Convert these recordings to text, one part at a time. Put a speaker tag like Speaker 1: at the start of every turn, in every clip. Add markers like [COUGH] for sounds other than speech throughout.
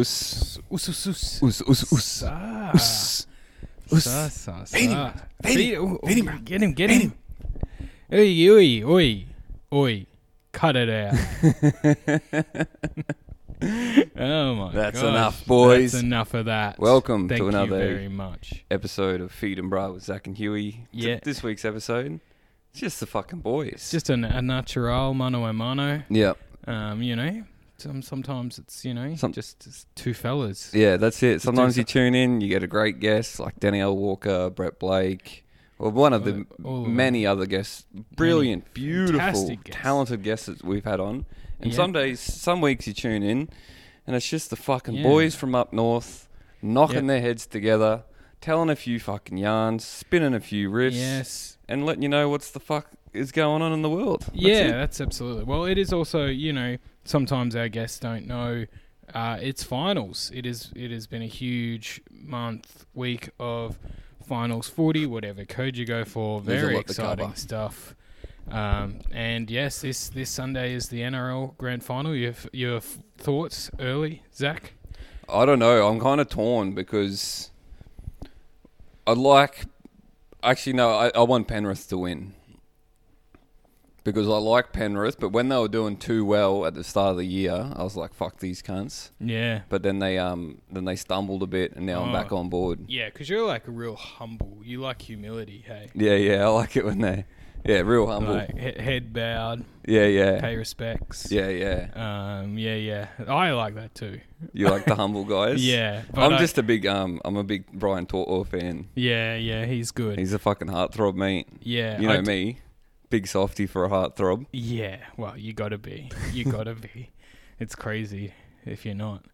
Speaker 1: Us.
Speaker 2: Us, us, us.
Speaker 1: Us, us, us.
Speaker 2: Sa.
Speaker 1: Us.
Speaker 2: Ah, Sa,
Speaker 1: Us.
Speaker 2: sa, sa.
Speaker 1: Venima, Venima,
Speaker 2: oh, oh,
Speaker 1: Venima,
Speaker 2: Get him, get him. Oi, oi, oi, oi. Cut
Speaker 1: [LAUGHS]
Speaker 2: it out. oh my
Speaker 1: That's
Speaker 2: gosh.
Speaker 1: enough, boys.
Speaker 2: That's enough of that.
Speaker 1: Welcome to
Speaker 2: Thank
Speaker 1: another-
Speaker 2: you very much.
Speaker 1: Episode of Feed and Bra with Zach and Huey. Th-
Speaker 2: Yeah.
Speaker 1: This week's episode, it's just the fucking boys.
Speaker 2: It's just an, a natural mano a mano.
Speaker 1: yeah,
Speaker 2: Um, you know, some, sometimes it's you know
Speaker 1: Some-
Speaker 2: just it's two fellas.
Speaker 1: yeah, that's it. Sometimes
Speaker 2: do
Speaker 1: you tune in, you get a great guest like Danielle Walker, Brett Blake, or one of the
Speaker 2: All- all of them.
Speaker 1: many other guests. Brilliant, beautiful,
Speaker 2: fantastic guests.
Speaker 1: talented guests that we've had on. And
Speaker 2: Yeah.
Speaker 1: some days, some weeks you tune in, and it's just the fucking
Speaker 2: Yeah.
Speaker 1: boys from up north knocking
Speaker 2: Yep.
Speaker 1: their heads together, telling a few fucking yarns, spinning a few riffs,
Speaker 2: Yes.
Speaker 1: and letting you know what's the fuck is going on in the world. That's
Speaker 2: yeah,
Speaker 1: it.
Speaker 2: that's absolutely. Well, it is also you know sometimes our guests don't know. Uh, it's finals. It is. It has been a huge month week of finals forty. Whatever code you go for,
Speaker 1: There's a
Speaker 2: very
Speaker 1: lot to cover.
Speaker 2: exciting stuff. Um, and yes, this this Sunday is the NRL grand final. Your f- your f- thoughts early, Zach?
Speaker 1: I don't know. I'm kind of torn because I like. Actually, no, I, I want Penrith to win because I like Penrith. But when they were doing too well at the start of the year, I was like, "Fuck these cunts."
Speaker 2: Yeah.
Speaker 1: But then they um then they stumbled a bit, and now I'm
Speaker 2: Oh.
Speaker 1: back on board.
Speaker 2: Yeah, because you're like real humble. You like humility, hey.
Speaker 1: Yeah, yeah, I like it when they, yeah, real humble.
Speaker 2: Like he- head bowed,
Speaker 1: yeah, yeah,
Speaker 2: pay respects.
Speaker 1: yeah, yeah.
Speaker 2: Um, yeah, yeah. I like that too.
Speaker 1: You like the humble guys?
Speaker 2: [LAUGHS] Yeah, but
Speaker 1: I'm
Speaker 2: I-
Speaker 1: just a big um I'm a big Brian Tortor fan.
Speaker 2: Yeah, yeah. He's good.
Speaker 1: He's a fucking heartthrob, mate.
Speaker 2: yeah.
Speaker 1: You know
Speaker 2: I d-
Speaker 1: me, big softy for a heartthrob.
Speaker 2: Yeah. Well, you gotta be.
Speaker 1: [LAUGHS]
Speaker 2: You gotta be. It's crazy if you're not.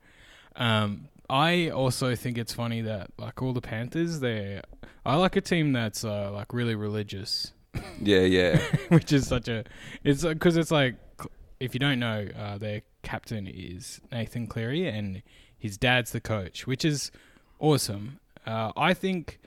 Speaker 2: Um, I also think it's funny that like all the Panthers, they. I like a team that's uh, like really religious.
Speaker 1: Yeah,
Speaker 2: [LAUGHS]
Speaker 1: yeah,
Speaker 2: which is such a it's because it's like if you don't know uh, their captain is nathan cleary and his dad's the coach which is awesome uh, i think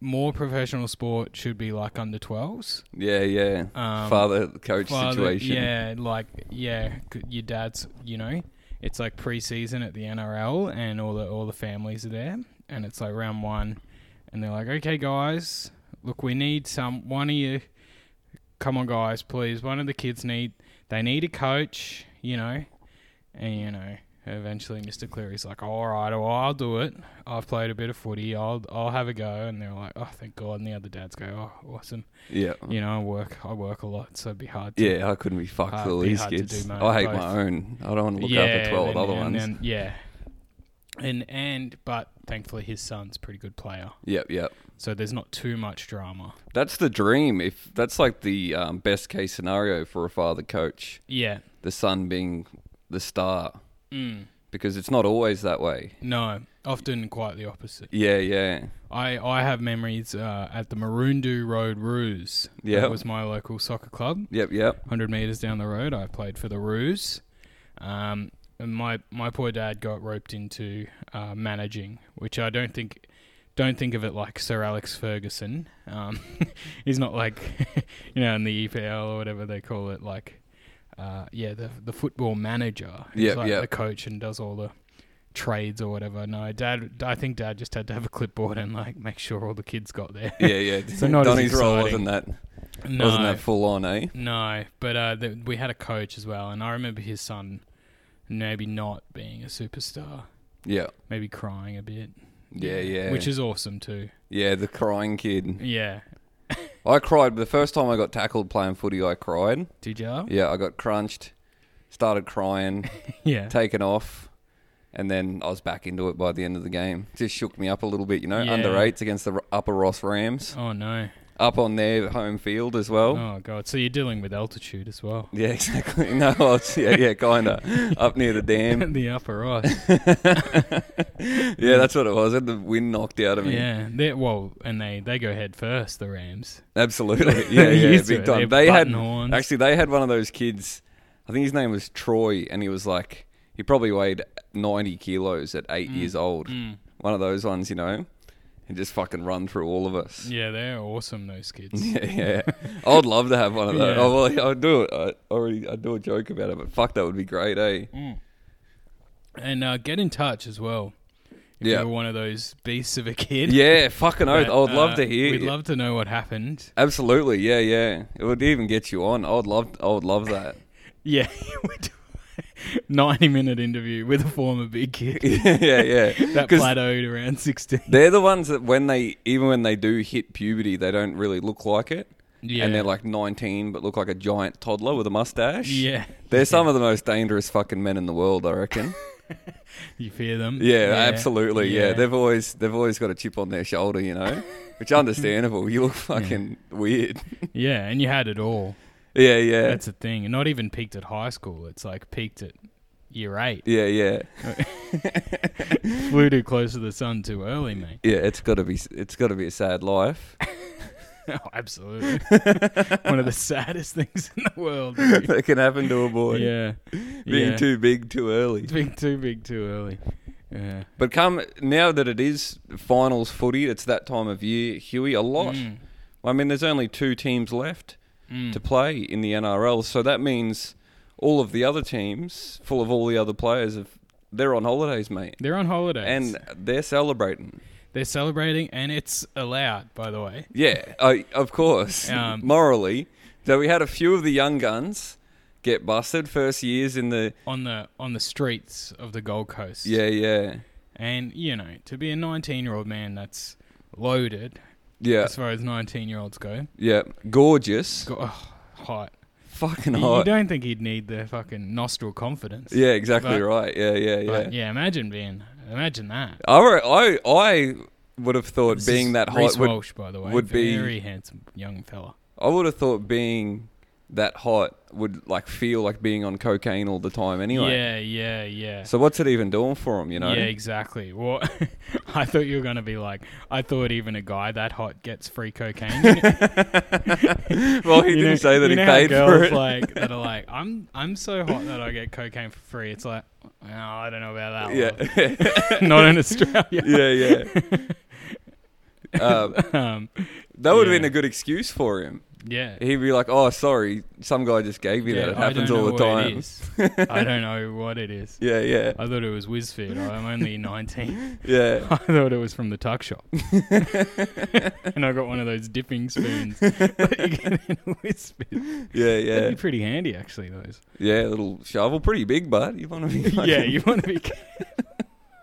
Speaker 2: more professional sport should be like under 12s
Speaker 1: yeah, yeah.
Speaker 2: Um,
Speaker 1: Father coach
Speaker 2: Father-
Speaker 1: situation.
Speaker 2: yeah like yeah c- your dad's you know it's like preseason at the nrl and all the all the families are there and it's like round one and they're like okay guys look we need some one of you come on guys please one of the kids need they need a coach you know and you know eventually mr cleary's like all right well, i'll do it i've played a bit of footy i'll i'll have a go and they're like oh thank god and the other dads go oh awesome
Speaker 1: yeah,
Speaker 2: you know i work i work a lot so it'd be hard to
Speaker 1: yeah. I couldn't be fucked
Speaker 2: Hard-
Speaker 1: with all
Speaker 2: be
Speaker 1: these
Speaker 2: hard to
Speaker 1: kids.
Speaker 2: do, mate,
Speaker 1: I hate
Speaker 2: both.
Speaker 1: my own. I don't want to look after twelve
Speaker 2: then-
Speaker 1: other
Speaker 2: and
Speaker 1: ones.
Speaker 2: then- yeah, and and but thankfully his son's a pretty good player,
Speaker 1: yep, yep.
Speaker 2: so there's not too much drama.
Speaker 1: That's the dream. If that's like the um, best case scenario for a father coach,
Speaker 2: Yeah,
Speaker 1: the son being the star,
Speaker 2: mm,
Speaker 1: because it's not always that way.
Speaker 2: no, often quite the opposite.
Speaker 1: Yeah, yeah,
Speaker 2: I I have memories uh, at the Maroondu Road Ruse.
Speaker 1: Yeah.
Speaker 2: that was my local soccer club.
Speaker 1: yep,
Speaker 2: [LAUGHS]
Speaker 1: yep.
Speaker 2: Hundred meters down the road, I played for the Ruse. Um, and my my poor dad got roped into uh, managing, which I don't think don't think of it like Sir Alex Ferguson. Um, [LAUGHS] he's not like [LAUGHS] you know in the EPL or whatever they call it. Like uh, yeah, the the football manager. He's
Speaker 1: Yep,
Speaker 2: like
Speaker 1: yep.
Speaker 2: the coach and does all the trades or whatever. No, dad. I think dad just had to have a clipboard and like make sure all the kids got there. [LAUGHS]
Speaker 1: Yeah, yeah.
Speaker 2: So not as
Speaker 1: Donny's role wasn't
Speaker 2: exciting.
Speaker 1: that
Speaker 2: no,
Speaker 1: wasn't that full on, eh?
Speaker 2: no, but uh, th- we had a coach as well, and I remember his son maybe not being a superstar,
Speaker 1: Yeah,
Speaker 2: maybe crying a bit.
Speaker 1: yeah, yeah.
Speaker 2: Which is awesome too.
Speaker 1: yeah, the crying kid.
Speaker 2: Yeah.
Speaker 1: I cried the first time I got tackled playing footy. I cried.
Speaker 2: Did you?
Speaker 1: [LAUGHS] Yeah, I got crunched, started
Speaker 2: [LAUGHS]
Speaker 1: crying,
Speaker 2: Yeah.
Speaker 1: taken off, and then I was back into it by the end of the game. Just shook me up a little bit, you know.
Speaker 2: Yeah.
Speaker 1: Under eights against the R- Upper Ross Rams,
Speaker 2: Oh no.
Speaker 1: up on their home field as well.
Speaker 2: Oh god. So you're dealing with altitude as well.
Speaker 1: Yeah, [LAUGHS] exactly. No, I was, yeah, yeah, kind
Speaker 2: [LAUGHS]
Speaker 1: of up near the dam.
Speaker 2: the upper
Speaker 1: [LAUGHS]
Speaker 2: ice.
Speaker 1: Yeah, that's what it was. I had the wind knocked out of me.
Speaker 2: yeah. They're, well, and they they go head first. The Rams.
Speaker 1: Absolutely.
Speaker 2: [LAUGHS]
Speaker 1: Yeah, yeah,
Speaker 2: Used to
Speaker 1: big
Speaker 2: it.
Speaker 1: time.
Speaker 2: They're
Speaker 1: They had
Speaker 2: button horns.
Speaker 1: actually they had one of those kids. I think his name was Troy, and he was like he probably weighed ninety kilos at
Speaker 2: Mm.
Speaker 1: eight years old. One of those ones, you know, and just fucking run through all of us.
Speaker 2: Yeah, they're awesome. Those kids.
Speaker 1: [LAUGHS] Yeah, yeah. I would love to have one of those.
Speaker 2: Yeah.
Speaker 1: Oh,
Speaker 2: Mm.
Speaker 1: well, I'd do it. I already I do a joke about it, but fuck, that would be great, eh?
Speaker 2: And uh, get in touch as well. If
Speaker 1: Yeah.
Speaker 2: you're one of those beasts of a [LAUGHS] kid.
Speaker 1: Yeah, fucking oath.
Speaker 2: that,
Speaker 1: I would
Speaker 2: uh,
Speaker 1: love to hear.
Speaker 2: We'd
Speaker 1: you.
Speaker 2: love to know what happened.
Speaker 1: Absolutely, yeah, yeah. It would even get you on. I would love. I would love that. [LAUGHS]
Speaker 2: Yeah, [LAUGHS] we do a 90 minute interview with a former big kid
Speaker 1: yeah, [LAUGHS] yeah.
Speaker 2: that
Speaker 1: Because
Speaker 2: plateaued around 16.
Speaker 1: they're the ones that when they even when they do hit puberty, they don't really look like it,
Speaker 2: Yeah.
Speaker 1: and they're like 19 but look like a giant toddler with a mustache.
Speaker 2: [LAUGHS] yeah.
Speaker 1: They're some of the most dangerous fucking men in the world, I
Speaker 2: [LAUGHS]
Speaker 1: reckon.
Speaker 2: You fear them.
Speaker 1: Yeah, absolutely. Yeah. they've always they've always got a chip on their shoulder, you know,
Speaker 2: [LAUGHS]
Speaker 1: which understandable. You look fucking weird.
Speaker 2: Yeah, and you had it all.
Speaker 1: yeah, yeah,
Speaker 2: That's the thing. And not even peaked at high school. It's like peaked at year eight.
Speaker 1: yeah, yeah,
Speaker 2: Flew too close to the sun too
Speaker 1: [LAUGHS]
Speaker 2: early, mate.
Speaker 1: yeah. It's gotta be it's gotta be a sad
Speaker 2: [LAUGHS]
Speaker 1: life. [LAUGHS]
Speaker 2: Oh, absolutely. One of the saddest [LAUGHS] things in the world. dude.
Speaker 1: that can happen to a boy.
Speaker 2: Yeah.
Speaker 1: Being
Speaker 2: yeah.
Speaker 1: too big too early.
Speaker 2: Being too big too early. Yeah.
Speaker 1: But come now that it is finals footy, it's that time of year, Huey, a lot.
Speaker 2: Mm.
Speaker 1: I mean, there's only two teams left
Speaker 2: Mm.
Speaker 1: to play in the NRL, so that means all of the other teams, full of all the other players, have, they're on holidays, mate.
Speaker 2: They're on holidays.
Speaker 1: And they're celebrating.
Speaker 2: They're celebrating, and it's allowed, by the way.
Speaker 1: Yeah, I, of course.
Speaker 2: Um,
Speaker 1: [LAUGHS] Morally. So we had a few of the young guns get busted, first years in the.
Speaker 2: On the on the streets of the Gold Coast.
Speaker 1: Yeah, yeah.
Speaker 2: And you know, to be a 19 year old man, that's loaded
Speaker 1: Yeah,
Speaker 2: as far as 19 year olds go.
Speaker 1: yeah. Gorgeous.
Speaker 2: Go, oh, hot.
Speaker 1: Fucking
Speaker 2: You- You
Speaker 1: hot.
Speaker 2: don't think he'd need the fucking nostril confidence.
Speaker 1: Yeah, exactly
Speaker 2: But-
Speaker 1: right. Yeah, yeah, yeah.
Speaker 2: But yeah, imagine being, imagine that.
Speaker 1: I, re- I I would have thought
Speaker 2: This
Speaker 1: being
Speaker 2: is
Speaker 1: that
Speaker 2: Reece
Speaker 1: hot would
Speaker 2: Walsh, by the way,
Speaker 1: would be-
Speaker 2: very handsome young fella.
Speaker 1: I would have thought being that hot would like feel like being on cocaine all the time anyway.
Speaker 2: Yeah, yeah, yeah.
Speaker 1: So what's it even doing for him, you know?
Speaker 2: Yeah, exactly. Well, [LAUGHS] I thought you were gonna be like, I thought even a guy that hot gets free cocaine.
Speaker 1: [LAUGHS]
Speaker 2: You know-
Speaker 1: [LAUGHS] well, he
Speaker 2: you
Speaker 1: didn't
Speaker 2: know-
Speaker 1: say that
Speaker 2: you
Speaker 1: he
Speaker 2: know how
Speaker 1: paid for
Speaker 2: girls,
Speaker 1: it.
Speaker 2: Like that are like, I'm I'm so hot that I get cocaine for free. It's like, oh, I don't know about that.
Speaker 1: [LAUGHS] yeah.
Speaker 2: Yeah,
Speaker 1: [LAUGHS]
Speaker 2: [LAUGHS] not in Australia.
Speaker 1: yeah, yeah. Um,
Speaker 2: [LAUGHS] Um,
Speaker 1: that would have
Speaker 2: Yeah.
Speaker 1: been a good excuse for him.
Speaker 2: yeah.
Speaker 1: He'd be like, "Oh, sorry, some guy just gave me
Speaker 2: Yeah,
Speaker 1: that. It
Speaker 2: I
Speaker 1: happens
Speaker 2: don't
Speaker 1: all
Speaker 2: know
Speaker 1: the
Speaker 2: what it
Speaker 1: time."
Speaker 2: is.
Speaker 1: [LAUGHS]
Speaker 2: I don't know what it is.
Speaker 1: Yeah, yeah,
Speaker 2: I thought it was WizFit. I'm only 19.
Speaker 1: [LAUGHS] yeah.
Speaker 2: [LAUGHS] I thought it was from the
Speaker 1: [LAUGHS]
Speaker 2: tuck shop. [LAUGHS] and I got one of those dipping spoons
Speaker 1: [LAUGHS]
Speaker 2: [LAUGHS] that you get in a WizFit.
Speaker 1: Yeah,
Speaker 2: That'd
Speaker 1: yeah,
Speaker 2: be pretty handy, actually,
Speaker 1: [LAUGHS]
Speaker 2: those. [LAUGHS]
Speaker 1: yeah. Little shovel, pretty big, but you want to be fucking-
Speaker 2: yeah, you want to be.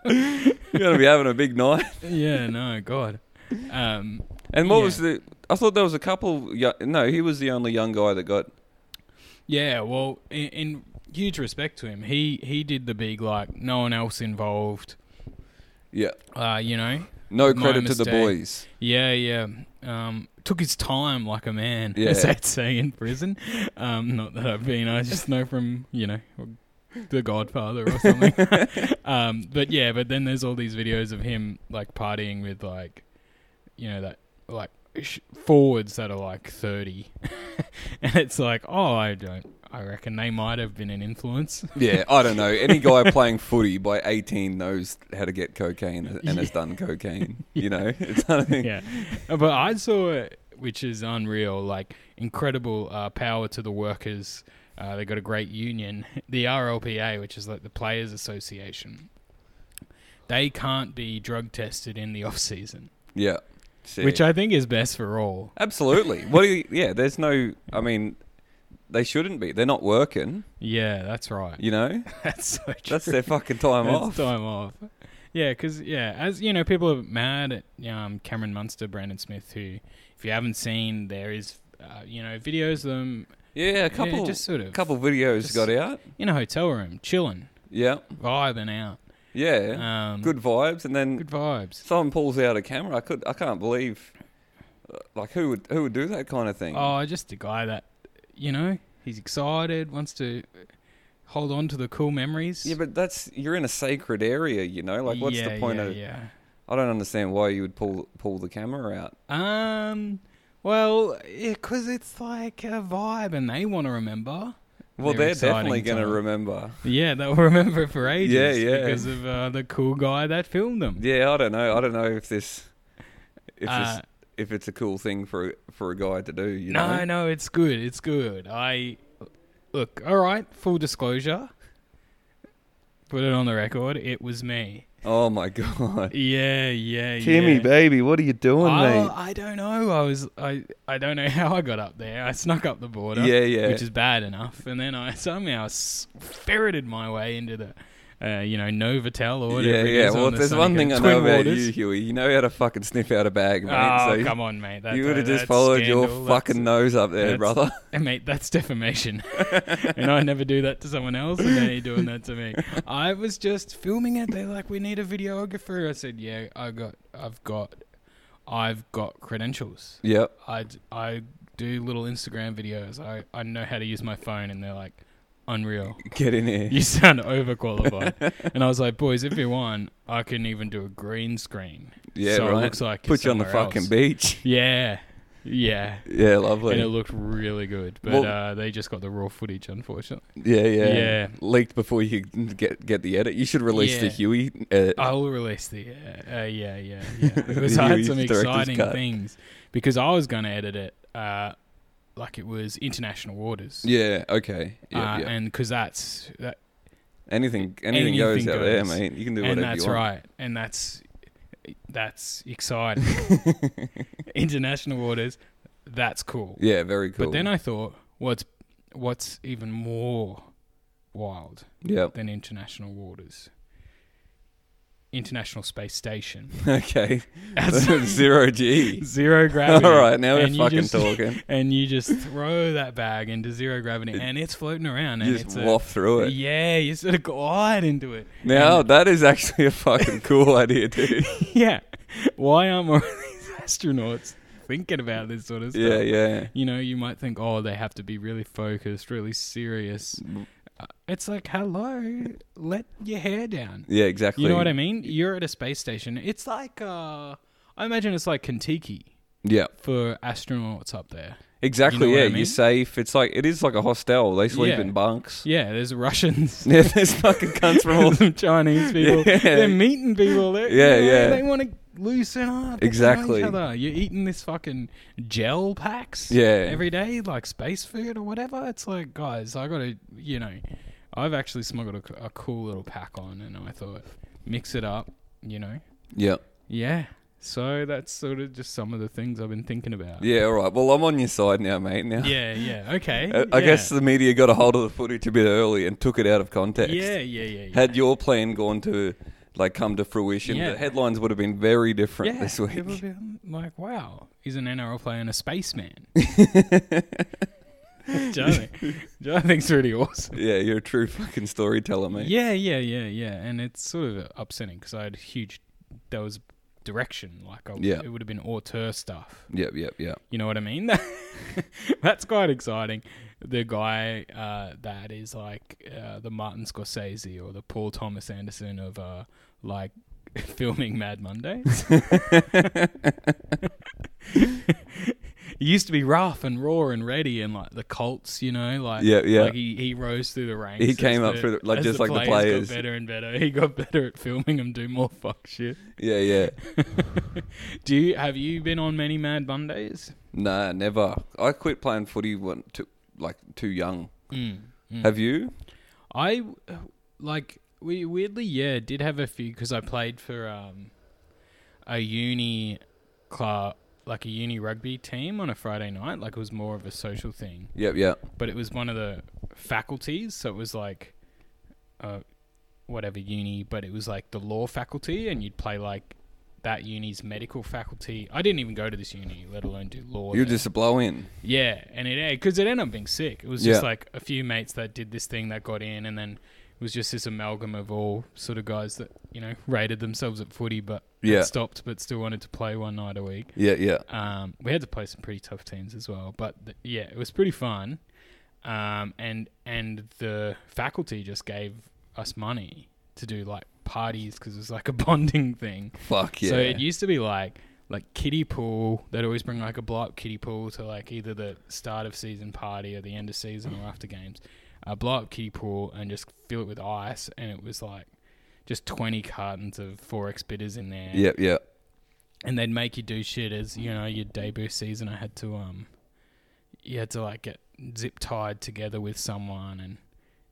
Speaker 1: You're gonna be having a big night.
Speaker 2: [LAUGHS] yeah, no, God. Um,
Speaker 1: And what
Speaker 2: Yeah.
Speaker 1: was the? I thought there was a couple. yo- No, he was the only young guy that got.
Speaker 2: Yeah, well, in, in huge respect to him, he he did the big like no one else involved.
Speaker 1: Yeah.
Speaker 2: Uh, you know,
Speaker 1: No
Speaker 2: My
Speaker 1: credit to the
Speaker 2: mistake.
Speaker 1: boys.
Speaker 2: yeah, yeah. Um, took his time like a man, [LAUGHS]
Speaker 1: Yeah.
Speaker 2: as they'd say in prison. Um, not that I've been, I just know from you know. The Godfather or something, um, but yeah, but then there's all these videos of him like partying with like, you know, that like sh- forwards that are like thirty, [LAUGHS] and it's like, oh, I don't, I reckon they might have been an influence.
Speaker 1: Yeah, I don't know. Any guy [LAUGHS] playing footy by 18 knows how to get cocaine and has done
Speaker 2: [LAUGHS]
Speaker 1: cocaine. You know, it's not a thing.
Speaker 2: yeah. Uh, But I saw it, which is unreal, like incredible uh, power to the workers. Uh, they got a great union, [LAUGHS] the RLPA, which is like the Players Association. They can't be drug tested in the off season,
Speaker 1: Yeah. Sick.
Speaker 2: which I think is best for all.
Speaker 1: absolutely. What do you? Yeah, there's no. I mean, they shouldn't be. They're not working.
Speaker 2: Yeah, that's right.
Speaker 1: You know,
Speaker 2: [LAUGHS] That's so true.
Speaker 1: that's their fucking time
Speaker 2: That's
Speaker 1: off.
Speaker 2: time off. Yeah, because yeah, as you know, people are mad at um, Cameron Munster, Brandon Smith, who, if you haven't seen, there is, uh, you know, videos of them.
Speaker 1: yeah, a
Speaker 2: yeah,
Speaker 1: couple.
Speaker 2: just sort of
Speaker 1: couple videos
Speaker 2: just-
Speaker 1: got out.
Speaker 2: in a hotel room, chilling,
Speaker 1: Yeah.
Speaker 2: vibing out.
Speaker 1: Yeah.
Speaker 2: Um,
Speaker 1: good vibes, and then
Speaker 2: good vibes.
Speaker 1: someone pulls out a camera. I could, I can't believe, uh, like who would who would do that kind of thing?
Speaker 2: Oh, just a guy that, you know, he's excited, wants to hold on to the cool memories.
Speaker 1: yeah, but that's you're in a sacred area, you know. Like, what's
Speaker 2: Yeah,
Speaker 1: the point
Speaker 2: yeah,
Speaker 1: of?
Speaker 2: yeah.
Speaker 1: I don't understand why you would pull pull the camera out.
Speaker 2: Um, well, yeah, 'cause it's like a vibe, and they want to remember.
Speaker 1: Well,
Speaker 2: They're
Speaker 1: they're, definitely
Speaker 2: exciting
Speaker 1: going to
Speaker 2: time.
Speaker 1: remember.
Speaker 2: Yeah, they'll [LAUGHS] remember it for ages.
Speaker 1: Yeah, yeah.
Speaker 2: Because of uh, the cool guy that filmed them.
Speaker 1: Yeah, I don't know. I don't know if this, if
Speaker 2: Uh,
Speaker 1: this, if it's a cool thing for for a guy to do. You
Speaker 2: no,
Speaker 1: know.
Speaker 2: no, it's good. It's good. I look. All right. Full disclosure. Put it on the record. It was me.
Speaker 1: Oh my
Speaker 2: [LAUGHS]
Speaker 1: god.
Speaker 2: Yeah, yeah,
Speaker 3: Timmy,
Speaker 2: yeah.
Speaker 3: baby, what are you doing,
Speaker 2: I,
Speaker 3: mate?
Speaker 2: I don't know. I was I, I don't know [LAUGHS] how I got up there. I snuck up the border.
Speaker 1: Yeah, yeah.
Speaker 2: Which is bad enough. And then I [LAUGHS] somehow s- ferreted my way into the, uh, you know, Novotel or whatever.
Speaker 1: Yeah,
Speaker 2: it
Speaker 1: yeah.
Speaker 2: is
Speaker 1: Well,
Speaker 2: on
Speaker 1: if
Speaker 2: the
Speaker 1: there's one
Speaker 2: Sunnycoast. [LAUGHS]
Speaker 1: thing I
Speaker 2: Twin
Speaker 1: know about [LAUGHS]
Speaker 2: Waters.
Speaker 1: you, Huey. You know how to fucking sniff out a bag, mate.
Speaker 2: Oh,
Speaker 1: so
Speaker 2: come on, mate. That,
Speaker 1: you would have just
Speaker 2: that's
Speaker 1: followed your
Speaker 2: scandal. That's-
Speaker 1: fucking nose up there,
Speaker 2: that's-
Speaker 1: brother. [LAUGHS]
Speaker 2: Hey, [LAUGHS] mate, that's defamation. [LAUGHS] and I never do that to someone else, and now you're doing that to me. I was just filming it. They're like, "We need a videographer." I said, "Yeah, I got, I've got, I've got credentials.
Speaker 1: yep.
Speaker 2: I, d- I do little Instagram videos. I, I know how to use my phone." And they're like, "Unreal,
Speaker 1: Get in here. [LAUGHS]
Speaker 2: you sound overqualified." and I was like, "Boys, if you want, I can even do a green screen.
Speaker 1: Yeah,
Speaker 2: so
Speaker 1: right.
Speaker 2: it looks like you're
Speaker 1: Put you on the
Speaker 2: somewhere
Speaker 1: fucking
Speaker 2: else.
Speaker 1: beach. [LAUGHS]
Speaker 2: Yeah, yeah."
Speaker 1: Yeah,
Speaker 2: And it
Speaker 1: lovely.
Speaker 2: looked really good, but
Speaker 1: Well-
Speaker 2: uh, they just got the raw footage, unfortunately.
Speaker 1: Yeah, yeah,
Speaker 2: Yeah.
Speaker 1: Leaked before you could get get the edit. You should release the
Speaker 2: Yeah.
Speaker 1: Huey. Uh,
Speaker 2: I'll release the uh, uh, yeah,
Speaker 1: [LAUGHS]
Speaker 2: yeah, yeah.
Speaker 1: The
Speaker 2: Because I had
Speaker 1: Huey's
Speaker 2: some
Speaker 1: director's
Speaker 2: exciting
Speaker 1: cut.
Speaker 2: things because I was going to edit it uh, like it was international waters,
Speaker 1: yeah. Okay. Yeah.
Speaker 2: uh,
Speaker 1: yeah.
Speaker 2: and because that's that,
Speaker 1: anything, anything
Speaker 2: anything
Speaker 1: goes out there,
Speaker 2: goes.
Speaker 1: mate. You can do
Speaker 2: and
Speaker 1: whatever
Speaker 2: that's
Speaker 1: you want.
Speaker 2: right, and that's that's
Speaker 1: [LAUGHS]
Speaker 2: exciting. international waters, that's cool.
Speaker 1: Yeah. Very cool.
Speaker 2: But then I thought, what's what's even more wild [LAUGHS]
Speaker 1: Yep.
Speaker 2: than international waters? International
Speaker 1: [LAUGHS]
Speaker 2: Space Station.
Speaker 1: Okay.
Speaker 2: [LAUGHS] That's
Speaker 1: [LAUGHS] Zero G. [LAUGHS]
Speaker 2: zero
Speaker 1: All
Speaker 2: gravity.
Speaker 1: right. Now we're
Speaker 2: And you
Speaker 1: fucking
Speaker 2: just- [LAUGHS]
Speaker 1: talking.
Speaker 2: And you just throw that bag into zero gravity, and it's floating around. And
Speaker 1: You just
Speaker 2: it's a-
Speaker 1: waft through it.
Speaker 2: yeah, you sort of glide
Speaker 1: [LAUGHS]
Speaker 2: into it.
Speaker 1: Now that is actually a fucking cool [LAUGHS] idea,
Speaker 2: [LAUGHS]
Speaker 1: dude.
Speaker 2: Yeah. Why aren't more of these [LAUGHS] astronauts thinking about this sort of stuff?
Speaker 1: yeah, yeah.
Speaker 2: You know, you might think, oh, they have to be really focused, really serious.
Speaker 1: Mm.
Speaker 2: Uh, It's like, hello, let your hair down.
Speaker 1: Yeah, exactly.
Speaker 2: You know what I mean? You're at a space station. It's like, uh, I imagine it's like Kentucky
Speaker 1: Yeah.
Speaker 2: for astronauts up there.
Speaker 1: Exactly.
Speaker 2: You know
Speaker 1: yeah,
Speaker 2: what I
Speaker 1: you're
Speaker 2: mean?
Speaker 1: safe. It's like it is like a hostel. They sleep
Speaker 2: Yeah.
Speaker 1: in bunks.
Speaker 2: Yeah, there's
Speaker 1: [LAUGHS]
Speaker 2: Russians.
Speaker 1: Yeah, there's fucking cunts from all.
Speaker 2: some [LAUGHS] Chinese people.
Speaker 1: [LAUGHS] Yeah.
Speaker 2: They're meeting people. They're,
Speaker 1: Yeah,
Speaker 2: you know,
Speaker 1: yeah.
Speaker 2: They want to loosen up. Get to know
Speaker 1: Exactly.
Speaker 2: Each other. You're eating this fucking gel packs.
Speaker 1: Yeah.
Speaker 2: Every day, like space food or whatever. It's like, guys, I got to, you know, I've actually smuggled a, c- a cool little pack on, and I thought, mix it up, you know.
Speaker 1: Yeah.
Speaker 2: Yeah. So that's sort of just some of the things I've been thinking about.
Speaker 1: Yeah. All right. Well, I'm on your side now, mate. Now.
Speaker 2: Yeah. yeah, Okay.
Speaker 1: [LAUGHS] I, I
Speaker 2: yeah.
Speaker 1: guess the media got a hold of the footage a bit early and took it out of context.
Speaker 2: Yeah. Yeah. Yeah. yeah.
Speaker 1: Had your plan gone to like come to fruition,
Speaker 2: Yeah.
Speaker 1: the headlines would have been very different
Speaker 2: yeah,
Speaker 1: this week. [LAUGHS]
Speaker 2: People be like, wow, he's an NRL player and
Speaker 1: [LAUGHS]
Speaker 2: a spaceman. [LAUGHS] Joe, Joe thinks really awesome.
Speaker 1: Yeah, you're a true fucking storyteller, [LAUGHS] mate.
Speaker 2: Yeah, yeah, yeah, yeah. And it's sort of upsetting because I had huge, there was direction. Like, I,
Speaker 1: Yeah.
Speaker 2: it would have been auteur stuff.
Speaker 1: Yep. Yep. Yep.
Speaker 2: You know what I mean? [LAUGHS] That's quite exciting. The guy uh, that is like uh, the Martin Scorsese or the Paul Thomas Anderson of uh, like [LAUGHS] filming Mad Mondays. he used to be rough and raw and ready and like the Colts, you know, like
Speaker 1: Yeah, yeah.
Speaker 2: like he, he rose through the ranks.
Speaker 1: He
Speaker 2: as
Speaker 1: came up through the- like,
Speaker 2: as
Speaker 1: just like the players.
Speaker 2: got better and better. He got [LAUGHS] better at filming and do more fuck shit.
Speaker 1: Yeah. Yeah.
Speaker 2: Do you have you been on many Mad Mondays?
Speaker 1: Nah, never. I quit playing footy when too, like too young.
Speaker 2: Mm, mm.
Speaker 1: Have you?
Speaker 2: I uh, like we weirdly yeah did have a few because I played for um a uni club like a uni rugby team on a Friday night like it was more of a social thing
Speaker 1: Yep. Yep.
Speaker 2: but it was one of the faculties so it was like uh whatever uni but it was like the law faculty and you'd play like that uni's medical faculty I didn't even go to this uni let alone do law
Speaker 1: You're
Speaker 2: there.
Speaker 1: just a blow in.
Speaker 2: Yeah, and it because it ended up being sick. It was just
Speaker 1: Yeah.
Speaker 2: like a few mates that did this thing that got in, and then it was just this amalgam of all sort of guys that you know rated themselves at footy, but had
Speaker 1: Yeah.
Speaker 2: stopped, but still wanted to play one night a week.
Speaker 1: Yeah. Yeah.
Speaker 2: Um, we had to play some pretty tough teams as well, but th- yeah, it was pretty fun. Um, and and the faculty just gave us money to do like parties because it was like a [LAUGHS] bonding thing.
Speaker 1: Fuck yeah.
Speaker 2: So it used to be like like kiddie pool. They'd always bring like a blow up kiddie pool to like either the start of season party or the end of season or after games. A blow up kiddie pool and just fill it with ice, and it was like just twenty cartons of forex bitters in there.
Speaker 1: Yep. Yep.
Speaker 2: And they'd make you do shit as you know your debut season. I had to um, you had to like get zip tied together with someone and.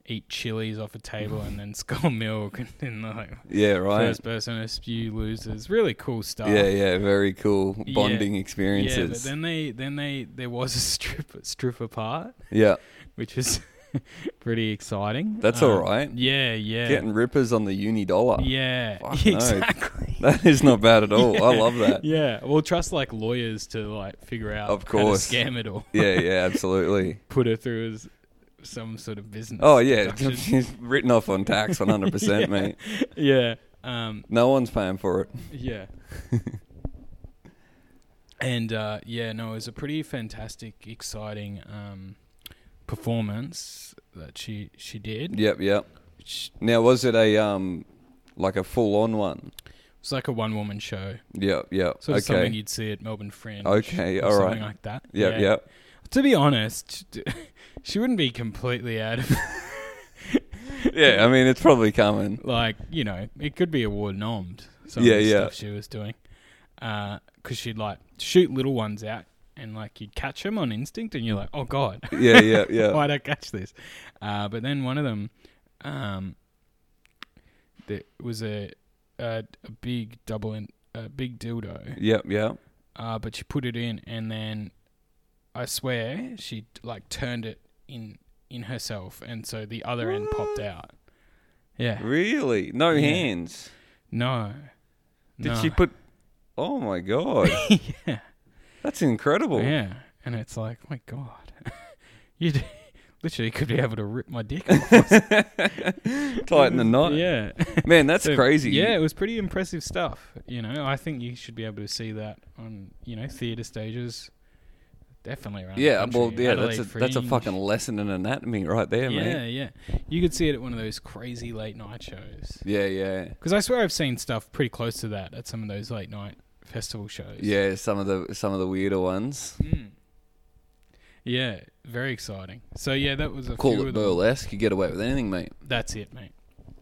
Speaker 2: eat chilies off a table and then [LAUGHS] skull milk and then like
Speaker 1: Yeah, right.
Speaker 2: first person to spew loses. Really cool stuff.
Speaker 1: yeah, yeah, very cool
Speaker 2: Yeah.
Speaker 1: bonding
Speaker 2: Yeah, but
Speaker 1: experiences. Yeah,
Speaker 2: then they then they there was a [LAUGHS] strip stripper part, which was [LAUGHS] pretty exciting.
Speaker 1: That's
Speaker 2: Um,
Speaker 1: all right.
Speaker 2: Yeah, yeah.
Speaker 1: Getting rippers on the uni dollar.
Speaker 2: yeah. [LAUGHS]
Speaker 1: Fuck no.
Speaker 2: Exactly.
Speaker 1: [LAUGHS] That is not bad at all. I
Speaker 2: Yeah.
Speaker 1: love that.
Speaker 2: Yeah. Well trust like lawyers to like figure out
Speaker 1: Of
Speaker 2: how to
Speaker 1: course.
Speaker 2: scam it all.
Speaker 1: Yeah, yeah, absolutely.
Speaker 2: [LAUGHS] Put her through as some sort of business.
Speaker 1: Oh yeah, [LAUGHS]
Speaker 2: deduction.
Speaker 1: written off on
Speaker 2: [LAUGHS]
Speaker 1: tax 100%,
Speaker 2: Yeah.
Speaker 1: mate.
Speaker 2: yeah. Um
Speaker 1: No one's paying for it. [LAUGHS]
Speaker 2: Yeah. and uh, yeah, no, it was a pretty fantastic, exciting um, performance that she she did.
Speaker 1: Yep, yep.
Speaker 2: Sh-
Speaker 1: Now was it a um like a full-on one?
Speaker 2: It's like a one woman show,
Speaker 1: Yep, yep.
Speaker 2: sort of something
Speaker 1: okay.
Speaker 2: you'd see at Melbourne Fringe.
Speaker 1: Okay,
Speaker 2: or
Speaker 1: all
Speaker 2: something
Speaker 1: right.
Speaker 2: like that.
Speaker 1: Yep,
Speaker 2: Yeah.
Speaker 1: yep.
Speaker 2: To be honest, [LAUGHS] she wouldn't be completely out of [LAUGHS]
Speaker 1: Yeah, I mean it's probably coming.
Speaker 2: like you know it could be award nommed some
Speaker 1: Yeah,
Speaker 2: of the
Speaker 1: yeah.
Speaker 2: stuff she was doing because she'd like shoot little ones out and like you'd catch them on instinct and you're like oh god
Speaker 1: Yeah, yeah,
Speaker 2: [LAUGHS]
Speaker 1: yeah.
Speaker 2: why'd i catch this uh, but then one of them um, there was a, a, a big double in, a big dildo
Speaker 1: Yep, yep.
Speaker 2: uh, but she put it in and then i swear she like turned it in in herself and so the other end popped
Speaker 1: What?
Speaker 2: out yeah
Speaker 1: Really? No
Speaker 2: Yeah.
Speaker 1: hands.
Speaker 2: no.
Speaker 1: Did
Speaker 2: No.
Speaker 1: she put Oh my god.
Speaker 2: [LAUGHS] yeah.
Speaker 1: That's incredible. [LAUGHS]
Speaker 2: Yeah. And it's like, my God. [LAUGHS] you d- [LAUGHS] literally could be able to rip
Speaker 1: [LAUGHS]
Speaker 2: my dick off.
Speaker 1: Tighten the knot.
Speaker 2: Yeah.
Speaker 1: Man, that's
Speaker 2: So,
Speaker 1: crazy.
Speaker 2: Yeah, it was pretty impressive stuff. You know, I think you should be able to see that on, you know, theatre stages. Definitely around. the
Speaker 1: Yeah,
Speaker 2: country.
Speaker 1: well, yeah, that's a,
Speaker 2: Adelaide
Speaker 1: that's a
Speaker 2: Fringe.
Speaker 1: fucking lesson in anatomy right there,
Speaker 2: yeah,
Speaker 1: mate.
Speaker 2: yeah. You could see it at one of those crazy late night shows.
Speaker 1: Yeah, yeah.
Speaker 2: Because I swear I've seen stuff pretty close to that at some of those late night festival shows.
Speaker 1: Yeah, some of the some of the weirder ones.
Speaker 2: Mm. Yeah, very exciting. So yeah, that was a few
Speaker 1: Call it
Speaker 2: of the-
Speaker 1: burlesque, you get away with anything, mate. [LAUGHS]
Speaker 2: That's it, mate.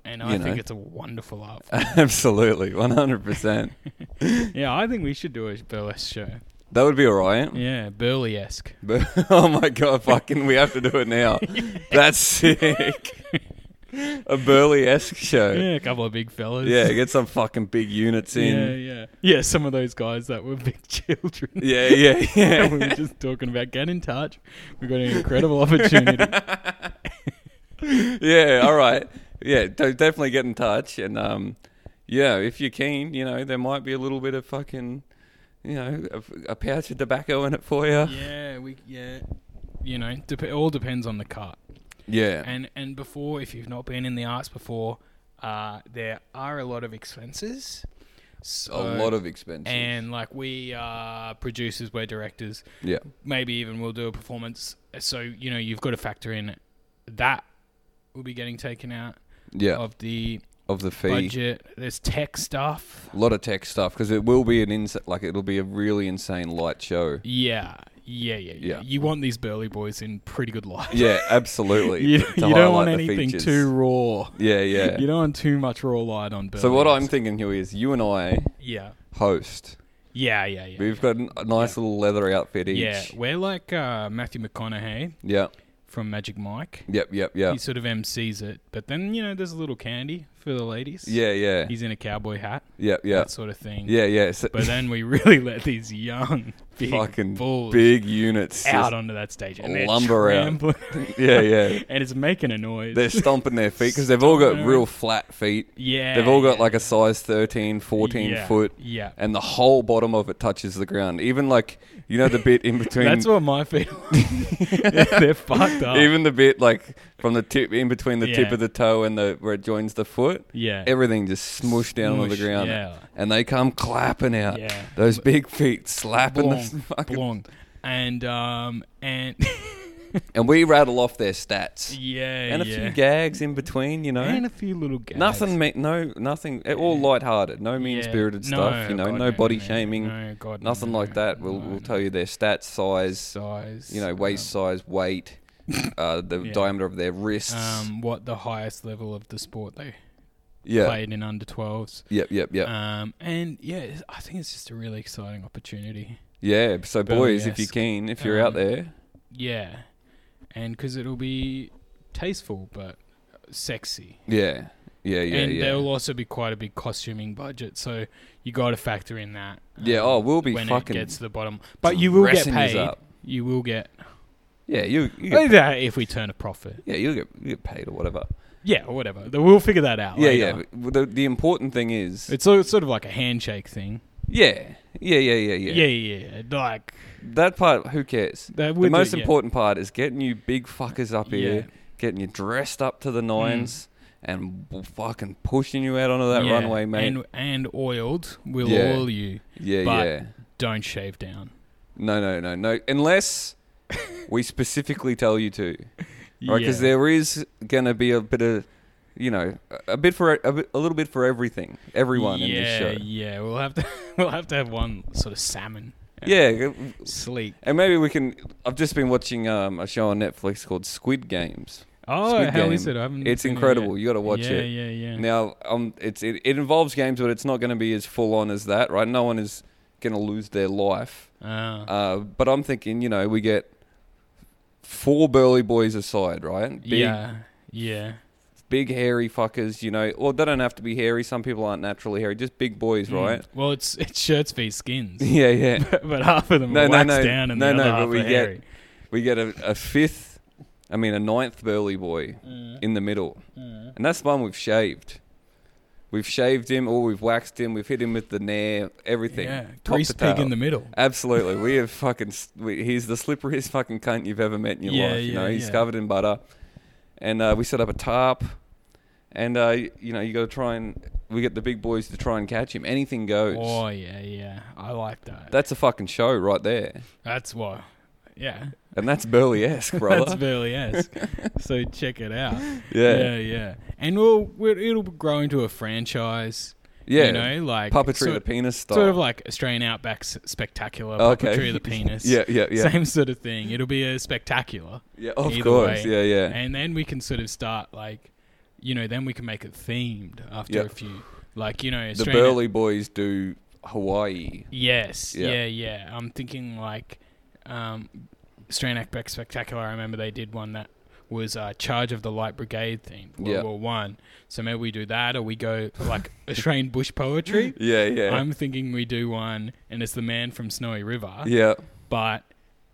Speaker 2: And
Speaker 1: You
Speaker 2: I think
Speaker 1: know.
Speaker 2: it's a wonderful
Speaker 1: [LAUGHS]
Speaker 2: art. form.
Speaker 1: Absolutely, one hundred
Speaker 2: [LAUGHS]
Speaker 1: percent.
Speaker 2: yeah, I think we should do a burlesque show.
Speaker 1: That would be alright.
Speaker 2: Yeah, burlesque.
Speaker 1: But [LAUGHS] oh my god, fucking, we have to do it
Speaker 2: [LAUGHS]
Speaker 1: now. That's sick. A burlesque show.
Speaker 2: Yeah, a couple of big fellas.
Speaker 1: Yeah, get some fucking big units
Speaker 2: yeah,
Speaker 1: in.
Speaker 2: yeah, yeah. Some of those guys that were big [LAUGHS] children.
Speaker 1: Yeah, yeah, [LAUGHS]
Speaker 2: And [LAUGHS] we
Speaker 1: yeah.
Speaker 2: were just talking about get in touch. We got an incredible opportunity.
Speaker 1: [LAUGHS] yeah, all right. Yeah, de- definitely get in touch. And um, yeah, if you're keen, you know, there might be a little bit of fucking, you know, a, a pouch of tobacco in it for you.
Speaker 2: [LAUGHS] yeah, we yeah. You know, dep- it all depends on the cut.
Speaker 1: Yeah.
Speaker 2: And and before, if you've not been in the arts before, uh, there are a lot of expenses. So,
Speaker 1: A lot of expenses.
Speaker 2: and like we are producers, we're directors.
Speaker 1: yeah.
Speaker 2: Maybe even we'll do a performance. So you know you've got to factor in that will be getting taken out
Speaker 1: Yeah. Of,
Speaker 2: of the
Speaker 1: the fee.
Speaker 2: budget. There's tech stuff.
Speaker 1: A lot of tech stuff because it will be an ins like it'll be a really insane light show.
Speaker 2: Yeah, yeah, yeah, yeah.
Speaker 1: Yeah.
Speaker 2: You want these burly boys in pretty good light.
Speaker 1: Yeah, absolutely.
Speaker 2: [LAUGHS] you,
Speaker 1: to
Speaker 2: you don't want
Speaker 1: highlight the
Speaker 2: anything
Speaker 1: features.
Speaker 2: too raw.
Speaker 1: Yeah, yeah.
Speaker 2: You don't want too much raw light on burly.
Speaker 1: so what
Speaker 2: boys.
Speaker 1: I'm thinking here is you and I
Speaker 2: yeah.
Speaker 1: host.
Speaker 2: Yeah, yeah, yeah.
Speaker 1: We've got a nice little leather outfit each.
Speaker 2: Yeah, we're like uh, Matthew McConaughey
Speaker 1: Yeah.
Speaker 2: from Magic Mike.
Speaker 1: Yep, yep, yep.
Speaker 2: He sort of MCs it, but then you know there's a little candy for the ladies.
Speaker 1: Yeah, yeah.
Speaker 2: he's in a cowboy hat,
Speaker 1: Yep, yep.
Speaker 2: that sort of thing.
Speaker 1: Yeah, yeah. So, [LAUGHS]
Speaker 2: but then we [LAUGHS] really let these young big
Speaker 1: fucking
Speaker 2: bulls
Speaker 1: big units.
Speaker 2: out
Speaker 1: just-
Speaker 2: onto that stage and they're
Speaker 1: lumber out.
Speaker 2: trampling,
Speaker 1: [LAUGHS] yeah, yeah.
Speaker 2: [LAUGHS] and it's making a noise.
Speaker 1: They're stomping their feet because they've all got
Speaker 2: Stomping
Speaker 1: real
Speaker 2: around.
Speaker 1: flat feet.
Speaker 2: yeah,
Speaker 1: They've all got
Speaker 2: yeah.
Speaker 1: like a size 13, 14
Speaker 2: Yeah,
Speaker 1: foot.
Speaker 2: Yeah,
Speaker 1: and the whole bottom of it touches the ground. Even like you know the bit in between.
Speaker 2: [LAUGHS] that's what my feet.
Speaker 1: [LAUGHS]
Speaker 2: [LAUGHS] they're fucked up.
Speaker 1: Even the bit like from the tip in between the tip
Speaker 2: Yeah.
Speaker 1: of the toe and the where it joins the foot,
Speaker 2: yeah,
Speaker 1: everything just smooshed down on the
Speaker 2: Smoosh,
Speaker 1: ground,
Speaker 2: Yeah,
Speaker 1: and they come clapping out.
Speaker 2: yeah.
Speaker 1: Those big feet slapping the
Speaker 2: Blong,
Speaker 1: [LAUGHS] fucking,
Speaker 2: Blong. and um
Speaker 1: [LAUGHS]
Speaker 2: and [LAUGHS]
Speaker 1: and we rattle off their stats
Speaker 2: yeah
Speaker 1: and a
Speaker 2: yeah.
Speaker 1: few gags in between. You know,
Speaker 2: and a few little gags.
Speaker 1: nothing, me- no, nothing. eh, All lighthearted, no mean spirited
Speaker 2: Yeah.
Speaker 1: stuff. You know,
Speaker 2: God,
Speaker 1: no body
Speaker 2: no,
Speaker 1: shaming,
Speaker 2: no, God, no,
Speaker 1: nothing like
Speaker 2: no,
Speaker 1: that. We'll
Speaker 2: no,
Speaker 1: we'll
Speaker 2: no.
Speaker 1: tell you their stats, size,
Speaker 2: size. um,
Speaker 1: you know, waist size, weight, uh, the
Speaker 2: Yeah.
Speaker 1: diameter of their wrists.
Speaker 2: Um, um, what the highest level of the sport they
Speaker 1: yeah.
Speaker 2: played in under 12s.
Speaker 1: Yep, yep, yep.
Speaker 2: Um, and yeah, it's- I think it's just a really exciting opportunity.
Speaker 1: yeah. So, boys, if you're
Speaker 2: burlesque.
Speaker 1: keen, if you're out
Speaker 2: Um,
Speaker 1: there,
Speaker 2: Yeah, and because it'll be tasteful, but sexy.
Speaker 1: Yeah. Yeah, yeah,
Speaker 2: and
Speaker 1: yeah.
Speaker 2: there'll also be quite a big costuming budget, so you got to factor in that. um,
Speaker 1: Yeah, oh, we'll be
Speaker 2: when
Speaker 1: fucking
Speaker 2: it gets to the bottom. But you will get
Speaker 1: dressing us
Speaker 2: paid.
Speaker 1: up.
Speaker 2: You will get
Speaker 1: Yeah, you, you get,
Speaker 2: either if we turn a profit.
Speaker 1: yeah, you get you get paid or whatever.
Speaker 2: Yeah, or whatever. Th- We'll figure that out.
Speaker 1: Yeah,
Speaker 2: later.
Speaker 1: yeah. but The, the important thing is,
Speaker 2: It's so- it's sort of like a handshake thing.
Speaker 1: yeah, yeah, yeah, yeah, yeah.
Speaker 2: Yeah, yeah, yeah. Like
Speaker 1: That part, who cares? The
Speaker 2: that. would-
Speaker 1: most
Speaker 2: yeah.
Speaker 1: important part is getting you big fuckers up here,
Speaker 2: Yeah. Mm.
Speaker 1: getting you dressed up to the nines, and w- fucking pushing you out onto that
Speaker 2: Yeah,
Speaker 1: runway, mate.
Speaker 2: and and oiled. We'll
Speaker 1: Yeah.
Speaker 2: oil you.
Speaker 1: yeah,
Speaker 2: but-
Speaker 1: yeah.
Speaker 2: Don't shave down.
Speaker 1: No, no, no, no.
Speaker 2: [LAUGHS]
Speaker 1: Unless we specifically tell you to, right? Because
Speaker 2: Yeah.
Speaker 1: there is gonna be a bit of, you know, a- a bit for a, bit, a little bit for everything, everyone
Speaker 2: yeah,
Speaker 1: in this show.
Speaker 2: Yeah, we'll have to [LAUGHS] we'll have to have one sort of salmon.
Speaker 1: Yeah, g-
Speaker 2: Sleek.
Speaker 1: and maybe we can. I've just been watching um, a show on Netflix called Squid Games.
Speaker 2: Oh,
Speaker 1: Squid
Speaker 2: how is
Speaker 1: Game.
Speaker 2: it? I haven't
Speaker 1: It's
Speaker 2: seen it
Speaker 1: incredible.
Speaker 2: yet.
Speaker 1: You got to watch
Speaker 2: yeah,
Speaker 1: it.
Speaker 2: Yeah, yeah,
Speaker 1: Now, um, it's it, it involves games, but it's not going to be as full on as that, right? No one is going to lose their life.
Speaker 2: Ah.
Speaker 1: Uh, but I'm thinking, you know, we get four burly boys aside, right? Big,
Speaker 2: yeah, yeah,
Speaker 1: big hairy fuckers, you know. Well, they don't have to be hairy. Some people aren't naturally hairy. Just big boys,
Speaker 2: Mm.
Speaker 1: right? [LAUGHS]
Speaker 2: Well, it's it's shirts v skins, [LAUGHS]
Speaker 1: Yeah, yeah.
Speaker 2: but half of them
Speaker 1: No,
Speaker 2: are
Speaker 1: no,
Speaker 2: waxed
Speaker 1: no.
Speaker 2: down and
Speaker 1: No,
Speaker 2: the
Speaker 1: no,
Speaker 2: other
Speaker 1: but
Speaker 2: half
Speaker 1: we
Speaker 2: are
Speaker 1: get-
Speaker 2: hairy.
Speaker 1: We get a, a fifth, I mean, a ninth burly boy in the middle. And that's the one we've shaved. We've shaved him or we've waxed him. We've hit him with the nair, everything.
Speaker 2: yeah,
Speaker 1: Top
Speaker 2: grease
Speaker 1: to
Speaker 2: pig
Speaker 1: tail.
Speaker 2: in the middle.
Speaker 1: Absolutely, we have fucking. s- We, he's the slipperiest fucking cunt you've ever met in your
Speaker 2: Yeah,
Speaker 1: life. You know,
Speaker 2: yeah,
Speaker 1: he's
Speaker 2: yeah.
Speaker 1: covered in butter, and uh, we set up a tarp, and uh, y- you know, you got to try and we get the big boys to try and catch him. Anything goes.
Speaker 2: Oh yeah, yeah, I like that.
Speaker 1: That's a fucking show right there,
Speaker 2: That's why. Yeah,
Speaker 1: and that's
Speaker 2: [LAUGHS]
Speaker 1: burlesque,
Speaker 2: that's
Speaker 1: brother. [LAUGHS]
Speaker 2: Burley esque. so check it out.
Speaker 1: yeah,
Speaker 2: yeah, And we'll, we'll it'll grow into a franchise.
Speaker 1: yeah.
Speaker 2: you know, like
Speaker 1: Puppetry
Speaker 2: sort,
Speaker 1: of the penis style.
Speaker 2: sort of like Australian Outback s- spectacular.
Speaker 1: Okay. [LAUGHS]
Speaker 2: Puppetry of the penis.
Speaker 1: yeah, yeah, yeah,
Speaker 2: Same sort of thing. It'll be a spectacular.
Speaker 1: yeah. Of
Speaker 2: either
Speaker 1: course,
Speaker 2: way.
Speaker 1: yeah, yeah.
Speaker 2: And then we can sort of start like, you know, then we can make it themed after
Speaker 1: Yep.
Speaker 2: a few, like you know,
Speaker 1: the
Speaker 2: Australian.
Speaker 1: burly boys do Hawaii.
Speaker 2: Yes.
Speaker 1: Yeah.
Speaker 2: Yeah. yeah. I'm thinking like, um, Australian Outback Spectacular. I remember they did one that was uh, Charge of the Light Brigade themed World
Speaker 1: Yeah.
Speaker 2: War One. So maybe we do that, or we go like Australian [LAUGHS] bush poetry.
Speaker 1: Yeah, yeah,
Speaker 2: I'm thinking we do one, and it's the man from Snowy River,
Speaker 1: yeah,
Speaker 2: but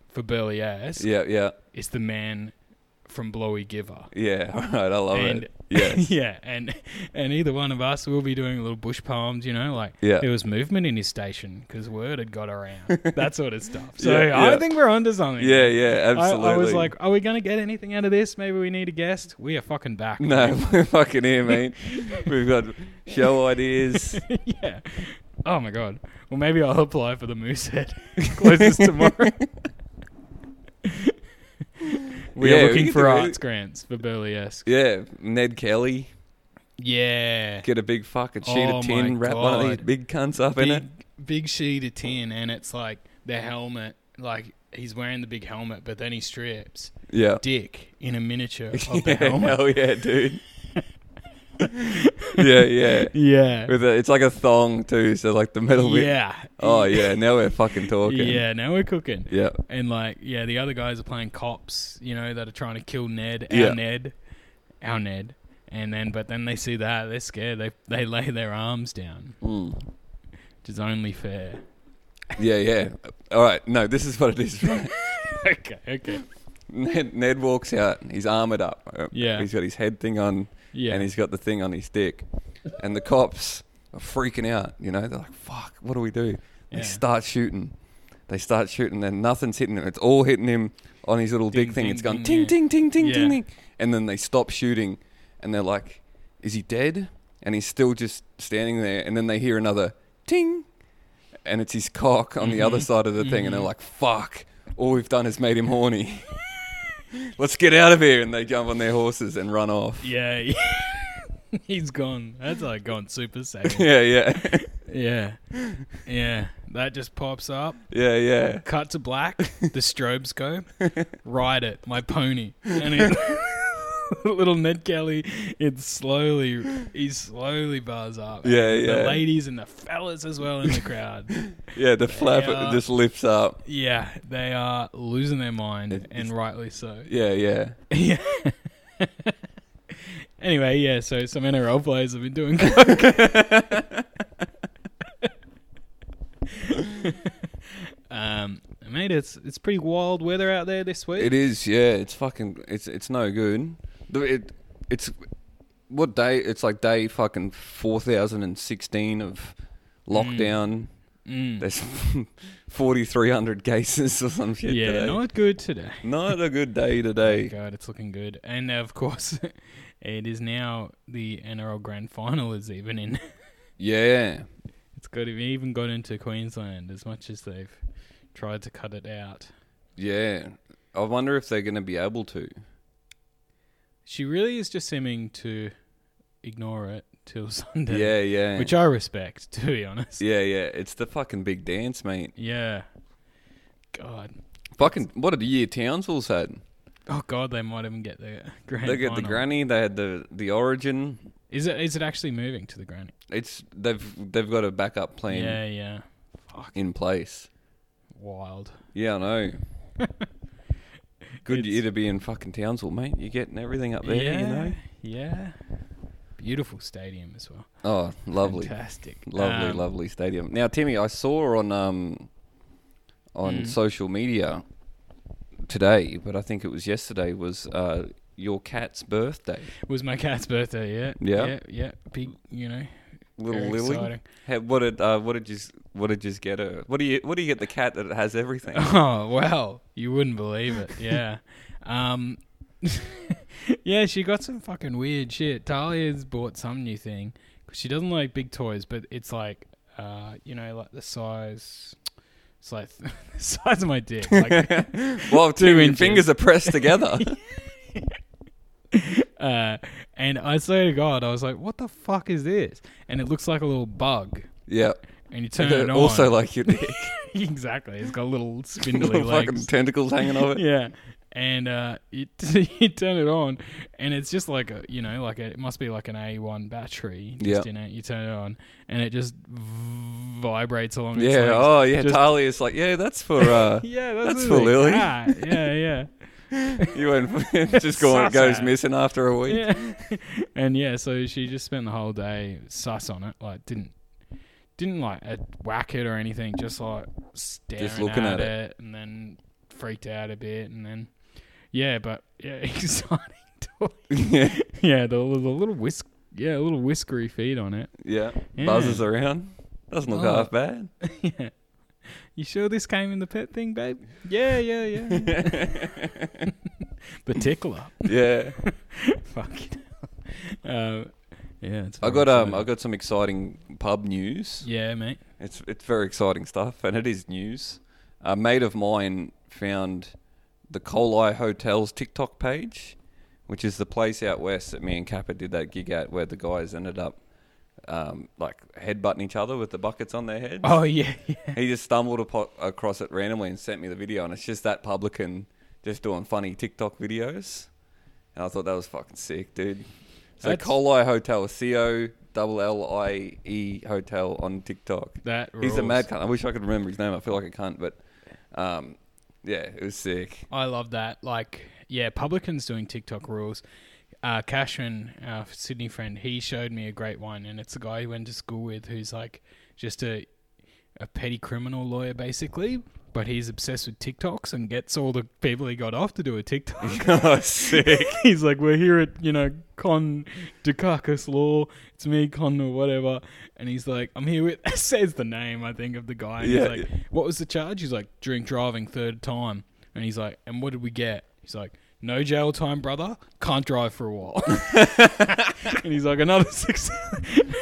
Speaker 2: for Burley ass,
Speaker 1: yeah, yeah,
Speaker 2: it's the man from Blowy Giver.
Speaker 1: yeah. [LAUGHS] All right, I love [LAUGHS]
Speaker 2: and
Speaker 1: it. Yes.
Speaker 2: [LAUGHS] yeah, and and either one of us will be doing little bush poems, you know, like
Speaker 1: Yeah.
Speaker 2: there was movement in his station because word had
Speaker 1: [LAUGHS]
Speaker 2: got around, that sort of stuff. So
Speaker 1: Yeah,
Speaker 2: I
Speaker 1: yeah.
Speaker 2: think we're onto something.
Speaker 1: Yeah, yeah,
Speaker 2: I,
Speaker 1: absolutely.
Speaker 2: I was like, are we gonna get anything out of this? Maybe we need a guest. We are fucking
Speaker 1: [LAUGHS]
Speaker 2: back.
Speaker 1: no, [LAUGHS] we're fucking here, mate. We've got show
Speaker 2: [LAUGHS]
Speaker 1: ideas.
Speaker 2: [LAUGHS] yeah. Oh my god. Well, maybe I'll apply for the moose head [LAUGHS] closes tomorrow.
Speaker 1: [LAUGHS]
Speaker 2: we
Speaker 1: Yeah, we
Speaker 2: are looking
Speaker 1: can
Speaker 2: for
Speaker 1: do it.
Speaker 2: arts grants for Burlesque.
Speaker 1: Yeah, Ned Kelly
Speaker 2: Yeah.
Speaker 1: get a big fucking sheet
Speaker 2: Oh my
Speaker 1: of tin, wrap one of these
Speaker 2: God.
Speaker 1: big cunts up in it.
Speaker 2: big, big sheet of tin, and it's like the helmet. Like he's wearing the big helmet, but then he strips [LAUGHS]
Speaker 1: Yeah.
Speaker 2: dick in a miniature of the
Speaker 1: [LAUGHS] yeah
Speaker 2: helmet.
Speaker 1: hell yeah, dude.
Speaker 2: [LAUGHS]
Speaker 1: yeah, yeah. [LAUGHS]
Speaker 2: Yeah,
Speaker 1: With a, it's like a thong too, so like the middle bit.
Speaker 2: yeah.
Speaker 1: Oh yeah, now we're fucking talking.
Speaker 2: yeah. Now we're cooking.
Speaker 1: Yeah.
Speaker 2: And like, yeah, the other guys are playing cops, you know, that are trying to kill Ned, our
Speaker 1: Yeah.
Speaker 2: Ned, our Ned. And then, but then they see that they're scared. They they lay their arms down,
Speaker 1: Mm.
Speaker 2: which is only fair. [LAUGHS]
Speaker 1: Yeah, yeah. All right. No, this is what it is. right?
Speaker 2: okay, okay,
Speaker 1: Ned, Ned walks out. He's armored up. right?
Speaker 2: Yeah.
Speaker 1: He's got his head thing on.
Speaker 2: yeah.
Speaker 1: and he's got the thing on his dick. And the cops are freaking out, you know? They're like, fuck, what do we do? They
Speaker 2: Yeah.
Speaker 1: start shooting. They start shooting, and nothing's hitting him. It's all hitting him on his little
Speaker 2: Ding,
Speaker 1: dick thing.
Speaker 2: ding,
Speaker 1: It's gone ting,
Speaker 2: ding, yeah.
Speaker 1: ting, ting, ting, ting,
Speaker 2: Yeah.
Speaker 1: ting. And then they stop shooting, and they're like, is he dead? And he's still just standing there, and then they hear another ting, and it's his cock on the other
Speaker 2: Mm-hmm.
Speaker 1: side of the thing, and they're like, fuck, all we've done is made him horny. [LAUGHS] Let's get out of here. And they jump on their horses and run off.
Speaker 2: Yeah, [LAUGHS] yeah. he's gone. That's like gone super saiyan.
Speaker 1: Yeah, yeah. [LAUGHS]
Speaker 2: yeah, yeah. That just pops up.
Speaker 1: Yeah, yeah. [LAUGHS]
Speaker 2: Cut to black. The strobes go. Ride it, my pony. And it, [LAUGHS] little Ned Kelly, it's slowly, he slowly bars up.
Speaker 1: Yeah,
Speaker 2: And
Speaker 1: yeah.
Speaker 2: The ladies and the fellas as well in
Speaker 1: [LAUGHS]
Speaker 2: the crowd.
Speaker 1: Yeah, the flap
Speaker 2: Yeah.
Speaker 1: just lifts up.
Speaker 2: yeah, they are losing their mind,
Speaker 1: It-
Speaker 2: and rightly so.
Speaker 1: Yeah, yeah.
Speaker 2: Yeah. Anyway, yeah, so some NRL players have been doing [LAUGHS] coke. um, mate, it's it's pretty wild weather out there this week.
Speaker 1: It is, yeah. It's fucking. It's it's no good. The- It it's what day? It's like day fucking four thousand and sixteen of lockdown.
Speaker 2: Mm.
Speaker 1: There's [LAUGHS] forty three hundred cases or some shit.
Speaker 2: Yeah,
Speaker 1: today.
Speaker 2: not good today.
Speaker 1: Not a good day
Speaker 2: Thank
Speaker 1: today.
Speaker 2: God, it's looking good. And uh, of course, [LAUGHS] it is now the NRL Grand Final is even in. [LAUGHS]
Speaker 1: Yeah,
Speaker 2: It's got even got into Queensland as much as they've tried to cut it out.
Speaker 1: yeah. I wonder if they're going to be able to.
Speaker 2: She really is just seeming to ignore it till [LAUGHS] Sunday.
Speaker 1: Yeah, yeah.
Speaker 2: Which I respect, [LAUGHS] to be honest.
Speaker 1: yeah, yeah. It's the fucking big dance, mate.
Speaker 2: Yeah. God.
Speaker 1: Fucking what a year Townsville's had.
Speaker 2: Oh God, they might even get the grand.
Speaker 1: they got the
Speaker 2: final.
Speaker 1: granny. They had the the origin.
Speaker 2: Is it is it actually moving to the granny?
Speaker 1: It's they've they've got a backup plan
Speaker 2: Yeah, yeah. Fuck.
Speaker 1: in place.
Speaker 2: Wild.
Speaker 1: Yeah, I
Speaker 2: [LAUGHS]
Speaker 1: know. Good
Speaker 2: It's-
Speaker 1: year to be in fucking Townsville, mate. You're getting everything up there,
Speaker 2: yeah,
Speaker 1: you know.
Speaker 2: Yeah. Beautiful stadium as well.
Speaker 1: Oh, lovely,
Speaker 2: Fantastic.
Speaker 1: lovely,
Speaker 2: Um,
Speaker 1: lovely stadium. Now, Timmy, I saw on um on
Speaker 2: Mm.
Speaker 1: social media today, but I think it was yesterday was uh your cat's birthday.
Speaker 2: Was my cat's birthday, yeah.
Speaker 1: Yeah.
Speaker 2: Yeah, yeah. Big you know.
Speaker 1: Little
Speaker 2: very
Speaker 1: Lily.
Speaker 2: exciting.
Speaker 1: Hey, what did uh, what did you s- what did you get her? What do you what do you get the cat that has
Speaker 2: [LAUGHS]
Speaker 1: everything?
Speaker 2: Oh well, you wouldn't believe it.
Speaker 1: [LAUGHS]
Speaker 2: Yeah, um, [LAUGHS] yeah, she got some fucking weird shit. Talia's bought some new thing 'cause she doesn't like big toys, but it's like, uh, you know, like the size, it's like [LAUGHS] the size of my dick. Like,
Speaker 1: [LAUGHS] well, two your
Speaker 2: inches.
Speaker 1: fingers are pressed
Speaker 2: [LAUGHS]
Speaker 1: together.
Speaker 2: uh, and I swear to God, I was like, what the fuck is this? And it looks like a little bug.
Speaker 1: yeah.
Speaker 2: And you turn it on.
Speaker 1: also like your dick.
Speaker 2: [LAUGHS] exactly, it's
Speaker 1: [LAUGHS]
Speaker 2: got little spindly
Speaker 1: Little
Speaker 2: legs.
Speaker 1: fucking tentacles hanging [LAUGHS] off it.
Speaker 2: yeah. And uh, you, [LAUGHS] t- you turn it on, and it's just like a, you know, like a, it must be like an A1 battery just
Speaker 1: Yeah.
Speaker 2: in it. You turn it on, and it just v- vibrates along. its
Speaker 1: Yeah.
Speaker 2: legs.
Speaker 1: Oh, yeah.
Speaker 2: Just-
Speaker 1: Tali is like, yeah, that's for
Speaker 2: [LAUGHS]
Speaker 1: uh,
Speaker 2: yeah, that's,
Speaker 1: That's
Speaker 2: a
Speaker 1: for
Speaker 2: big [LAUGHS]
Speaker 1: Lily.
Speaker 2: cat. Yeah,
Speaker 1: [LAUGHS]
Speaker 2: yeah,
Speaker 1: you went [LAUGHS] just going
Speaker 2: Suss
Speaker 1: goes
Speaker 2: out.
Speaker 1: missing after a week.
Speaker 2: yeah. [LAUGHS] and yeah, so she just spent the whole day sus on it. Like didn't didn't like uh, whack it or anything. Just like staring
Speaker 1: looking at
Speaker 2: at, it. and then freaked out a bit, and then yeah, but yeah, [LAUGHS] exciting. toy.
Speaker 1: [LAUGHS] Yeah.
Speaker 2: Yeah, the, the little whisk, yeah, little whiskery feet on it.
Speaker 1: yeah.
Speaker 2: Yeah.
Speaker 1: Buzzes around. Doesn't look
Speaker 2: Oh.
Speaker 1: half bad.
Speaker 2: [LAUGHS] yeah. You sure this came in the pet thing, babe? Yeah,
Speaker 1: [LAUGHS]
Speaker 2: yeah, yeah. the tickler. [LAUGHS]
Speaker 1: yeah.
Speaker 2: Fuck. Uh, yeah, it's
Speaker 1: I
Speaker 2: very
Speaker 1: got um,
Speaker 2: exciting.
Speaker 1: I got some exciting pub news.
Speaker 2: Yeah, mate.
Speaker 1: It's it's very exciting stuff, and it is news. A mate of mine found the Coli Hotels TikTok page, which is the place out west that me and Kappa did that gig at, where the guys ended up um, like headbutting each other with the buckets on their heads.
Speaker 2: Oh yeah, yeah.
Speaker 1: He just stumbled apo- across it randomly and sent me the video, and it's just that publican just doing funny TikTok videos. And I thought that was fucking sick, dude. So
Speaker 2: That's-
Speaker 1: Coli Hotel, C O double L I E Hotel on TikTok.
Speaker 2: That rules.
Speaker 1: He's a mad cunt. I wish I could remember his name. I feel like a cunt, but um, yeah, it was
Speaker 2: [LAUGHS]
Speaker 1: sick. [LAUGHS]
Speaker 2: I love that. Like, yeah, publicans doing TikTok rules. Uh, Cashman, our Sydney friend, he showed me a great one, and it's a guy he went to school with who's like just a a petty criminal lawyer, basically. But he's obsessed with TikToks and gets all the people he got off to do a TikTok.
Speaker 1: oh, sick.
Speaker 2: [LAUGHS] he's like, we're here at you know Con Dukakis Law. It's me, Con or whatever. And he's like, I'm here with [LAUGHS] says the name I think of the guy. And
Speaker 1: Yeah,
Speaker 2: he's like, what was the charge? He's like, drink driving third time. And he's like, and what did we get? He's like, no jail time, brother. Can't drive for a while. [LAUGHS] and he's like, another six. [LAUGHS]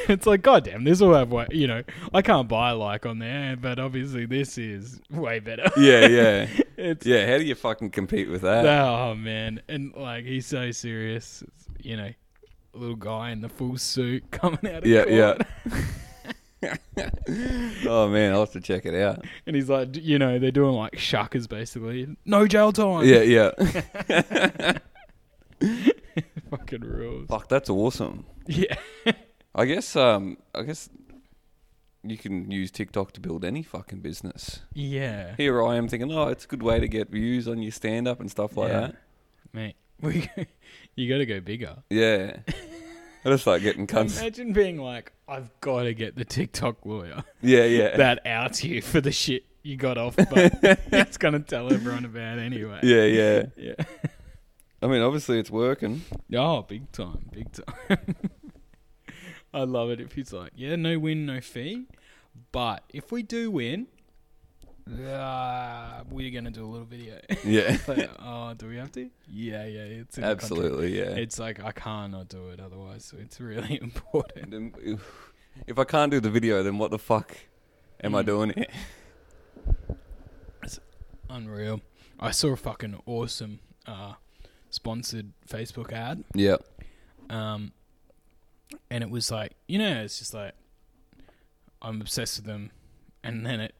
Speaker 2: it's like, goddamn, this will have way. You know, I can't buy like on there, but obviously this is way better.
Speaker 1: Yeah, yeah.
Speaker 2: [LAUGHS] it's
Speaker 1: Yeah, how do you fucking compete with [LAUGHS] that?
Speaker 2: [LAUGHS] Oh man, and like he's so serious, It's, you know, little guy in the full suit [LAUGHS] coming out of
Speaker 1: yeah,
Speaker 2: court,
Speaker 1: yeah. [LAUGHS] oh, man, I'll have to check it out.
Speaker 2: and he's like, d- you know, they're doing like shuckers basically, no jail time.
Speaker 1: Yeah, yeah.
Speaker 2: [LAUGHS] fucking rules.
Speaker 1: Fuck, that's awesome.
Speaker 2: Yeah,
Speaker 1: I guess, um, I guess you can use TikTok to build any fucking business.
Speaker 2: yeah,
Speaker 1: Here I am thinking, oh, it's a good way to get views on your stand up and stuff like
Speaker 2: [LAUGHS] Yeah.
Speaker 1: that.
Speaker 2: mate. We, you got to go bigger.
Speaker 1: Yeah. [LAUGHS] I just like getting cunts.
Speaker 2: Imagine being like, I've got to get the
Speaker 1: [LAUGHS]
Speaker 2: TikTok lawyer
Speaker 1: Yeah, yeah.
Speaker 2: that outs you for the shit you got off, but
Speaker 1: [LAUGHS]
Speaker 2: [LAUGHS] it's going to tell everyone about anyway.
Speaker 1: yeah, yeah.
Speaker 2: Yeah.
Speaker 1: I mean, obviously it's working.
Speaker 2: Oh, big time, big time. [LAUGHS] I love it if he's like, yeah, no win, no fee. But if we do win, uh, we're going to do a little video.
Speaker 1: [LAUGHS] Yeah.
Speaker 2: Like, [LAUGHS] oh, do we have to? Yeah, yeah. It's in the contract.
Speaker 1: Absolutely, yeah.
Speaker 2: It's like, I cannot do it otherwise. It's really [LAUGHS] important.
Speaker 1: And then If I can't do the video, then what the fuck am I
Speaker 2: Mm.
Speaker 1: doing here?
Speaker 2: Unreal. I saw a fucking awesome uh, sponsored Facebook ad.
Speaker 1: [LAUGHS] Yeah.
Speaker 2: Um, and it was like, you know, it's just like I'm obsessed with them, and then it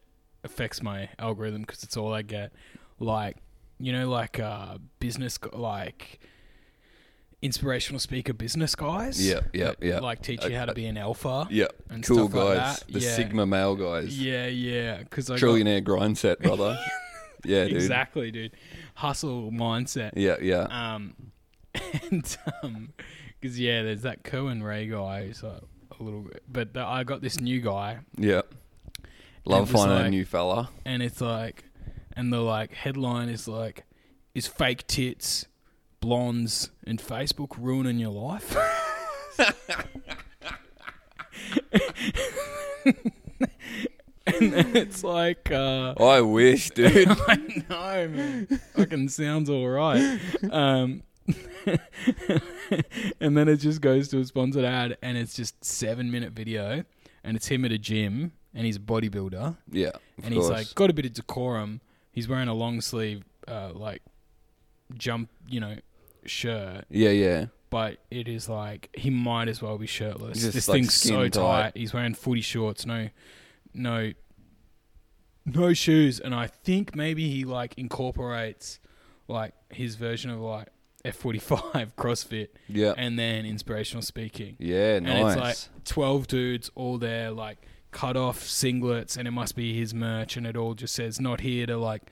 Speaker 2: affects my algorithm because it's all I get. Like, you know, like uh, business, gu- like inspirational speaker business guys.
Speaker 1: Yeah, yeah,
Speaker 2: that,
Speaker 1: yeah.
Speaker 2: Like teach you how to be an alpha.
Speaker 1: Yeah.
Speaker 2: And
Speaker 1: cool
Speaker 2: stuff like
Speaker 1: guys.
Speaker 2: that,
Speaker 1: the
Speaker 2: yeah.
Speaker 1: Sigma male guys.
Speaker 2: Yeah, yeah. Because I got-
Speaker 1: Trillionaire grind set,
Speaker 2: [LAUGHS]
Speaker 1: brother. yeah, dude.
Speaker 2: exactly, dude. Hustle mindset.
Speaker 1: Yeah, yeah.
Speaker 2: Um, [LAUGHS] and um 'cause yeah, there's that Cohen Ray guy who's like a little bit, but the, I got this new guy,
Speaker 1: yeah.
Speaker 2: it was
Speaker 1: Love finding a
Speaker 2: like-
Speaker 1: new fella.
Speaker 2: and it's like, and the like headline is like, is fake tits, blondes, and Facebook ruining your life? [LAUGHS] and then it's like, uh,
Speaker 1: I wish,
Speaker 2: [LAUGHS]
Speaker 1: dude.
Speaker 2: I know, man. Fucking sounds all right. Um, [LAUGHS] and then it just goes to a sponsored ad, and it's just seven minute video, and it's him at a gym, and he's a bodybuilder,
Speaker 1: yeah. Of
Speaker 2: and
Speaker 1: course.
Speaker 2: he's like got a bit of decorum. He's wearing a long sleeve, uh, like jump, you know, shirt,
Speaker 1: yeah, yeah.
Speaker 2: but it is like he might as well be shirtless.
Speaker 1: Just,
Speaker 2: this
Speaker 1: like,
Speaker 2: thing's so
Speaker 1: skin
Speaker 2: tight.
Speaker 1: tight.
Speaker 2: He's wearing footy shorts, no, no, no shoes, and I think maybe he like incorporates like his version of like F forty five [LAUGHS] CrossFit
Speaker 1: Yeah.
Speaker 2: and then inspirational speaking.
Speaker 1: yeah,
Speaker 2: And
Speaker 1: Uh, nice.
Speaker 2: it's like twelve dudes all there like cut off singlets, and it must be his merch, and it all just says not here to like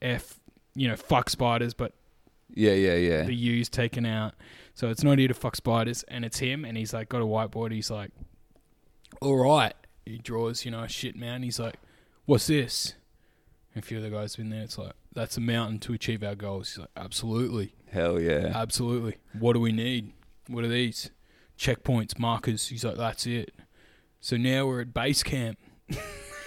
Speaker 2: f you know fuck spiders, but
Speaker 1: yeah, yeah, yeah.
Speaker 2: the U's taken out. So it's not here to fuck spiders, and it's him, and he's like got a whiteboard. He's like, all right. He draws, you know, a shit mountain. He's like, what's this? And a few of the guys been there. It's like that's a mountain to achieve our goals. He's like, absolutely,
Speaker 1: Hell
Speaker 2: [LAUGHS]
Speaker 1: yeah.
Speaker 2: absolutely. What do we need? What are these checkpoints, markers? He's like, that's it. So now we're at base camp. [LAUGHS]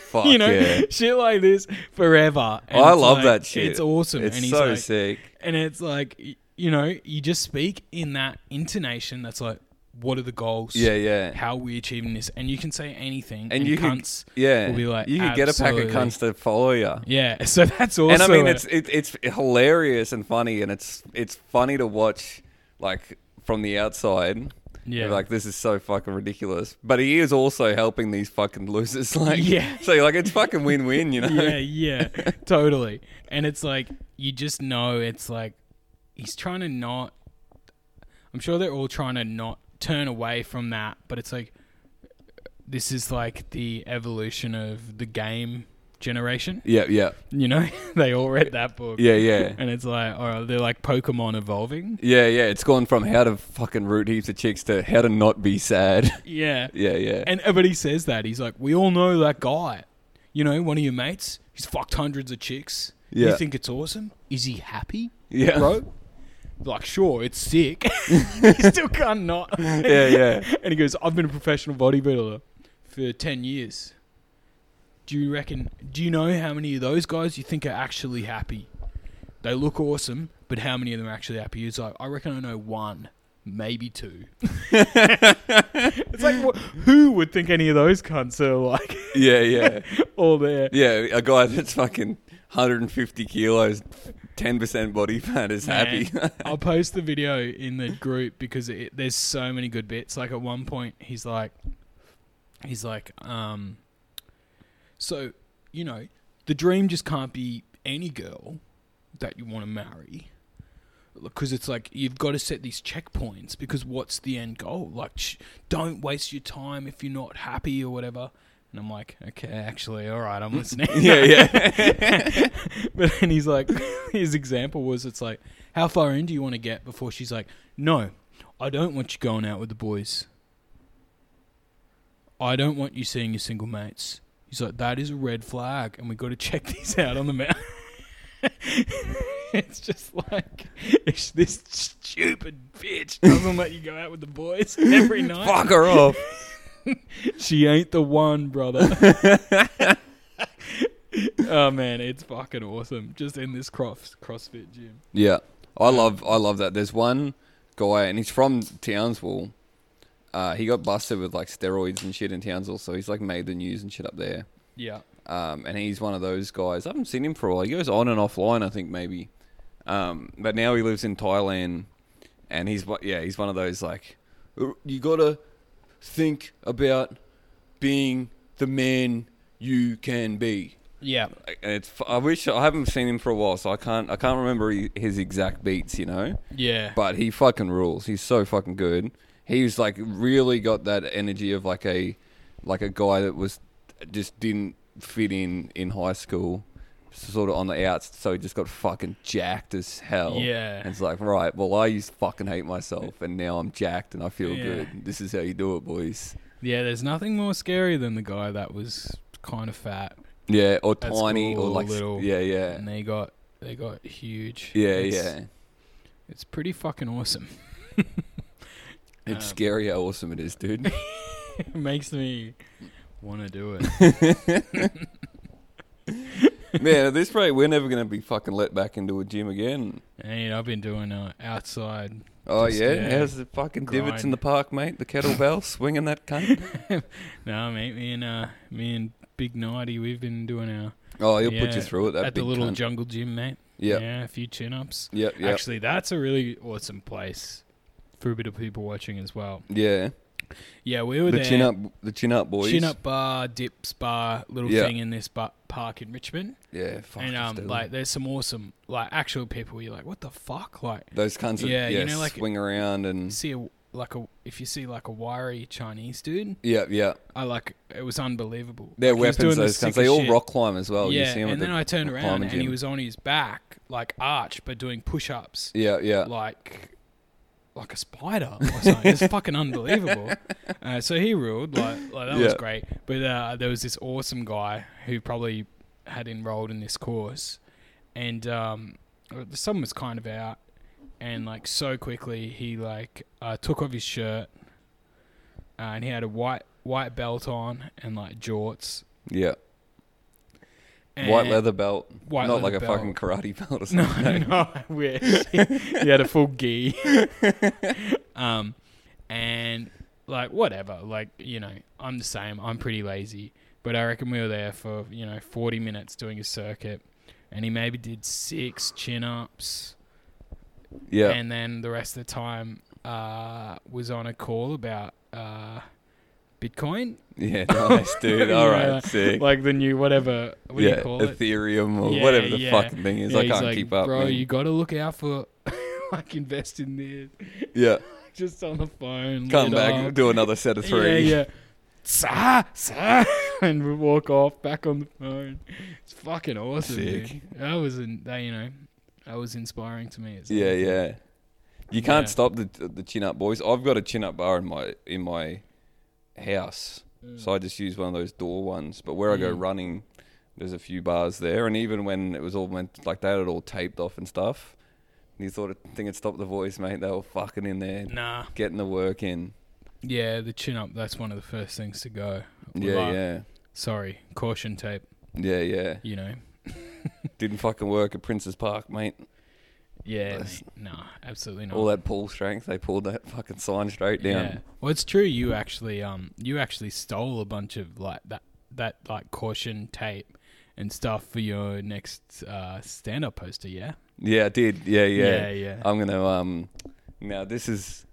Speaker 1: Fuck
Speaker 2: you know,
Speaker 1: yeah.
Speaker 2: [LAUGHS] shit like this forever. And
Speaker 1: I
Speaker 2: it's
Speaker 1: love
Speaker 2: like-
Speaker 1: that shit.
Speaker 2: It's awesome.
Speaker 1: It's
Speaker 2: and he's
Speaker 1: so
Speaker 2: like,
Speaker 1: sick.
Speaker 2: and it's like y- you know you just speak in that intonation that's like what are the goals
Speaker 1: Yeah, yeah.
Speaker 2: how are we achieving this and you can say anything and,
Speaker 1: and you
Speaker 2: cunts
Speaker 1: could, yeah,
Speaker 2: will be like,
Speaker 1: you could get a pack of
Speaker 2: "Absolutely."
Speaker 1: cunts to follow you.
Speaker 2: yeah [LAUGHS] so that's awesome
Speaker 1: and I mean, it's it, it's hilarious and funny, and it's it's funny to watch like from the outside.
Speaker 2: Yeah.
Speaker 1: You're like this is so fucking ridiculous. But he is also helping these fucking losers. [LAUGHS] Like,
Speaker 2: Yeah.
Speaker 1: So you're like, it's fucking win-win, you know?
Speaker 2: [LAUGHS] yeah yeah totally and it's like you just know it's like he's trying to not i'm sure they're all trying to not turn away from that but it's like this is like the evolution of the game generation
Speaker 1: [LAUGHS] Yeah, yeah,
Speaker 2: you know [LAUGHS] they all read that book
Speaker 1: yeah, yeah.
Speaker 2: and it's like, or they're like Pokemon evolving.
Speaker 1: Yeah, yeah, it's gone from how to fucking root heaps of chicks to how to not be sad. [LAUGHS]
Speaker 2: Yeah.
Speaker 1: yeah, yeah.
Speaker 2: And uh, but he says that he's like, we all know that guy. You know, one of your mates. He's fucked hundreds of chicks. You
Speaker 1: Yeah.
Speaker 2: think it's awesome? Is he happy,
Speaker 1: yeah.
Speaker 2: bro? Like, sure,
Speaker 1: [LAUGHS]
Speaker 2: it's sick. he still can't not.
Speaker 1: Yeah, yeah.
Speaker 2: And he goes, I've been a professional bodybuilder for ten years. Do you reckon? Do you know how many of those guys you think are actually happy? They look awesome, but how many of them are actually happy? He's like, I reckon I know one,
Speaker 1: [LAUGHS]
Speaker 2: maybe two. it's like, wh- who would think any of those cunts are like
Speaker 1: [LAUGHS] Yeah, yeah.
Speaker 2: all there?
Speaker 1: Yeah, a guy that's fucking 150 kilos, 10% body fat is happy.
Speaker 2: Man, I'll post the video in the group because it, there's so many good bits. Like at one point, he's like, he's like, um, so you know, the dream just can't be any girl that you want to marry. Because it's like you've got to set these checkpoints. Because what's the end goal? Like, sh- don't waste your time if you're not happy or whatever. And I'm like, okay, actually, all right, I'm listening.
Speaker 1: [LAUGHS] yeah, yeah.
Speaker 2: [LAUGHS] But then he's like, [LAUGHS] his example was it's like, how far in do you want to get before she's like, no, I don't want you going out with the boys. I don't want you seeing your single mates. He's like, that is a red flag, and we got to check [LAUGHS] these out on the map. it's just like it's this stupid bitch doesn't let you go out with the [LAUGHS] boys every night.
Speaker 1: [LAUGHS] Fuck her off.
Speaker 2: She ain't the one, [LAUGHS] brother. oh man, it's fucking awesome. Just in this cross CrossFit gym.
Speaker 1: Yeah, I love I love that. There's one guy, and he's from Townsville. Uh, he got busted with like steroids and shit in Townsville, so he's like made the news and shit up there.
Speaker 2: Yeah.
Speaker 1: Um, and he's one of those guys. I haven't seen him for a while. He goes on and offline, I think maybe. Um, but now he lives in Thailand, and he's one- yeah, he's one of those like "Uh, you gotta think about being the man you can be.
Speaker 2: Yeah.
Speaker 1: And It's I wish I haven't seen him for a while, so I can't I can't remember he- his exact beats, you know.
Speaker 2: Yeah.
Speaker 1: But he fucking rules. He's so fucking good. He's like really got that energy of like a like a guy that was just didn't fit in in high school, sort of on the outs. So he just got fucking jacked as hell.
Speaker 2: Yeah.
Speaker 1: And it's like right, well I used to fucking hate myself, and now I'm jacked and I feel
Speaker 2: Yeah.
Speaker 1: good. This is how you do it, boys.
Speaker 2: yeah, there's nothing more scary than the guy that was kind of fat
Speaker 1: Yeah, or
Speaker 2: That's
Speaker 1: tiny or
Speaker 2: cool,
Speaker 1: like s-
Speaker 2: little-
Speaker 1: yeah, yeah,
Speaker 2: and they got they got huge.
Speaker 1: yeah,
Speaker 2: it's,
Speaker 1: yeah.
Speaker 2: It's pretty fucking awesome. [LAUGHS]
Speaker 1: It's
Speaker 2: Um,
Speaker 1: scary how awesome it is,
Speaker 2: [LAUGHS]
Speaker 1: dude.
Speaker 2: it makes me want to do
Speaker 1: [LAUGHS]
Speaker 2: it.
Speaker 1: Man, at this rate, we're never going to be fucking let back into a gym again.
Speaker 2: and I've been doing uh, outside.
Speaker 1: Oh,
Speaker 2: Just,
Speaker 1: yeah?
Speaker 2: yeah,
Speaker 1: How's the fucking divots in
Speaker 2: grind.
Speaker 1: the park, mate? The
Speaker 2: [LAUGHS]
Speaker 1: kettlebell swinging that cunt?
Speaker 2: No, mate, me and uh, me and Big Nighty, we've been doing our
Speaker 1: Oh, he'll put
Speaker 2: Yeah,
Speaker 1: you through it, that
Speaker 2: at the
Speaker 1: big
Speaker 2: little
Speaker 1: cunt.
Speaker 2: jungle gym, mate.
Speaker 1: Yep,
Speaker 2: Yeah, a few chin ups.
Speaker 1: yep, yep.
Speaker 2: Actually, that's a really awesome place for a bit of people watching as well.
Speaker 1: yeah.
Speaker 2: Yeah, we were
Speaker 1: The
Speaker 2: there.
Speaker 1: chin up, the chin up boys.
Speaker 2: Chin up bar, dips bar, little
Speaker 1: Yeah.
Speaker 2: thing in this bu- park in Richmond.
Speaker 1: Yeah, fuck.
Speaker 2: and
Speaker 1: it's
Speaker 2: um,
Speaker 1: deadly.
Speaker 2: like, there's some awesome, like, actual people. You're like, what the fuck? Like,
Speaker 1: those cunts that, yeah,
Speaker 2: yeah, you know, like-
Speaker 1: swing around and.
Speaker 2: see a like a if you see like a wiry Chinese dude,
Speaker 1: Yeah, yeah.
Speaker 2: I like it was unbelievable.
Speaker 1: They're
Speaker 2: Like, he was
Speaker 1: weapons,
Speaker 2: doing the
Speaker 1: those cunts.
Speaker 2: sickest
Speaker 1: They all
Speaker 2: shit.
Speaker 1: rock climb as well. you
Speaker 2: yeah,
Speaker 1: see 'em at
Speaker 2: and then
Speaker 1: the-
Speaker 2: I turned
Speaker 1: the
Speaker 2: around
Speaker 1: climbing
Speaker 2: and he
Speaker 1: gym.
Speaker 2: was on his back, like arched, but doing push-ups,
Speaker 1: Yeah, yeah.
Speaker 2: like like a spider or something. it's
Speaker 1: [LAUGHS]
Speaker 2: fucking unbelievable. Uh, so he ruled, like, like that was
Speaker 1: Yeah.
Speaker 2: great. But uh, there was this awesome guy who probably had enrolled in this course, and um, the sun was kind of out, and like so quickly he like uh, took off his shirt, uh, and he had a white white belt on and like jorts.
Speaker 1: yeah.
Speaker 2: And
Speaker 1: white leather belt.
Speaker 2: White
Speaker 1: Not
Speaker 2: leather
Speaker 1: like a
Speaker 2: belt.
Speaker 1: fucking karate belt or
Speaker 2: [LAUGHS] No,
Speaker 1: something.
Speaker 2: no, I wish. he had a full gi. [LAUGHS] um, and like whatever, like you know, I'm the same. I'm pretty lazy, but I reckon we were there for you know 40 minutes doing a circuit, and he maybe did six chin ups,
Speaker 1: Yeah.
Speaker 2: and then the rest of the time uh, was on a call about uh, Bitcoin,
Speaker 1: Yeah, [LAUGHS]
Speaker 2: [LAUGHS]
Speaker 1: nice, dude. All right,
Speaker 2: Yeah,
Speaker 1: sick.
Speaker 2: like the new whatever. What do
Speaker 1: yeah,
Speaker 2: you call it?
Speaker 1: Ethereum or
Speaker 2: Yeah,
Speaker 1: whatever the
Speaker 2: yeah.
Speaker 1: fucking thing is.
Speaker 2: Yeah,
Speaker 1: I
Speaker 2: he's
Speaker 1: can't
Speaker 2: like,
Speaker 1: keep up.
Speaker 2: bro.
Speaker 1: man."
Speaker 2: You got to look out for [LAUGHS] like invest in this.
Speaker 1: yeah,
Speaker 2: just on the phone.
Speaker 1: come
Speaker 2: lit
Speaker 1: back
Speaker 2: up.
Speaker 1: and do another set of three.
Speaker 2: [LAUGHS] Yeah, yeah. Sir, sir, [LAUGHS] and we walk off back on the phone. It's fucking awesome. dude.
Speaker 1: Sick.
Speaker 2: That was in, that you know, that was inspiring to me. It's
Speaker 1: yeah, yeah. You can't
Speaker 2: Yeah.
Speaker 1: stop the the chin up boys. I've got a chin up bar in my in my house, so I just use one of those door ones. But where I go
Speaker 2: Mm.
Speaker 1: running, there's a few bars there, and even when it was all meant like they had it all taped off and stuff, you thought a thing had stopped the voice, mate. They were fucking in there,
Speaker 2: Nah.
Speaker 1: getting the work in.
Speaker 2: Yeah, the chin up. That's one of the first things to go.
Speaker 1: Yeah,
Speaker 2: Like,
Speaker 1: yeah,
Speaker 2: Sorry, caution tape.
Speaker 1: yeah, yeah.
Speaker 2: You know.
Speaker 1: Didn't fucking work at Prince's Park, mate.
Speaker 2: Yeah.
Speaker 1: That's-
Speaker 2: mate, Nah, absolutely not.
Speaker 1: all that pull strength. They pulled that fucking sign straight down.
Speaker 2: Oh. Yeah. Well, it's true. You actually, um, you actually stole a bunch of like that, that like caution tape and stuff for your next uh, stand-up poster. Yeah.
Speaker 1: Yeah, I did. Yeah, yeah.
Speaker 2: Yeah. yeah.
Speaker 1: I'm gonna. Um, now this is.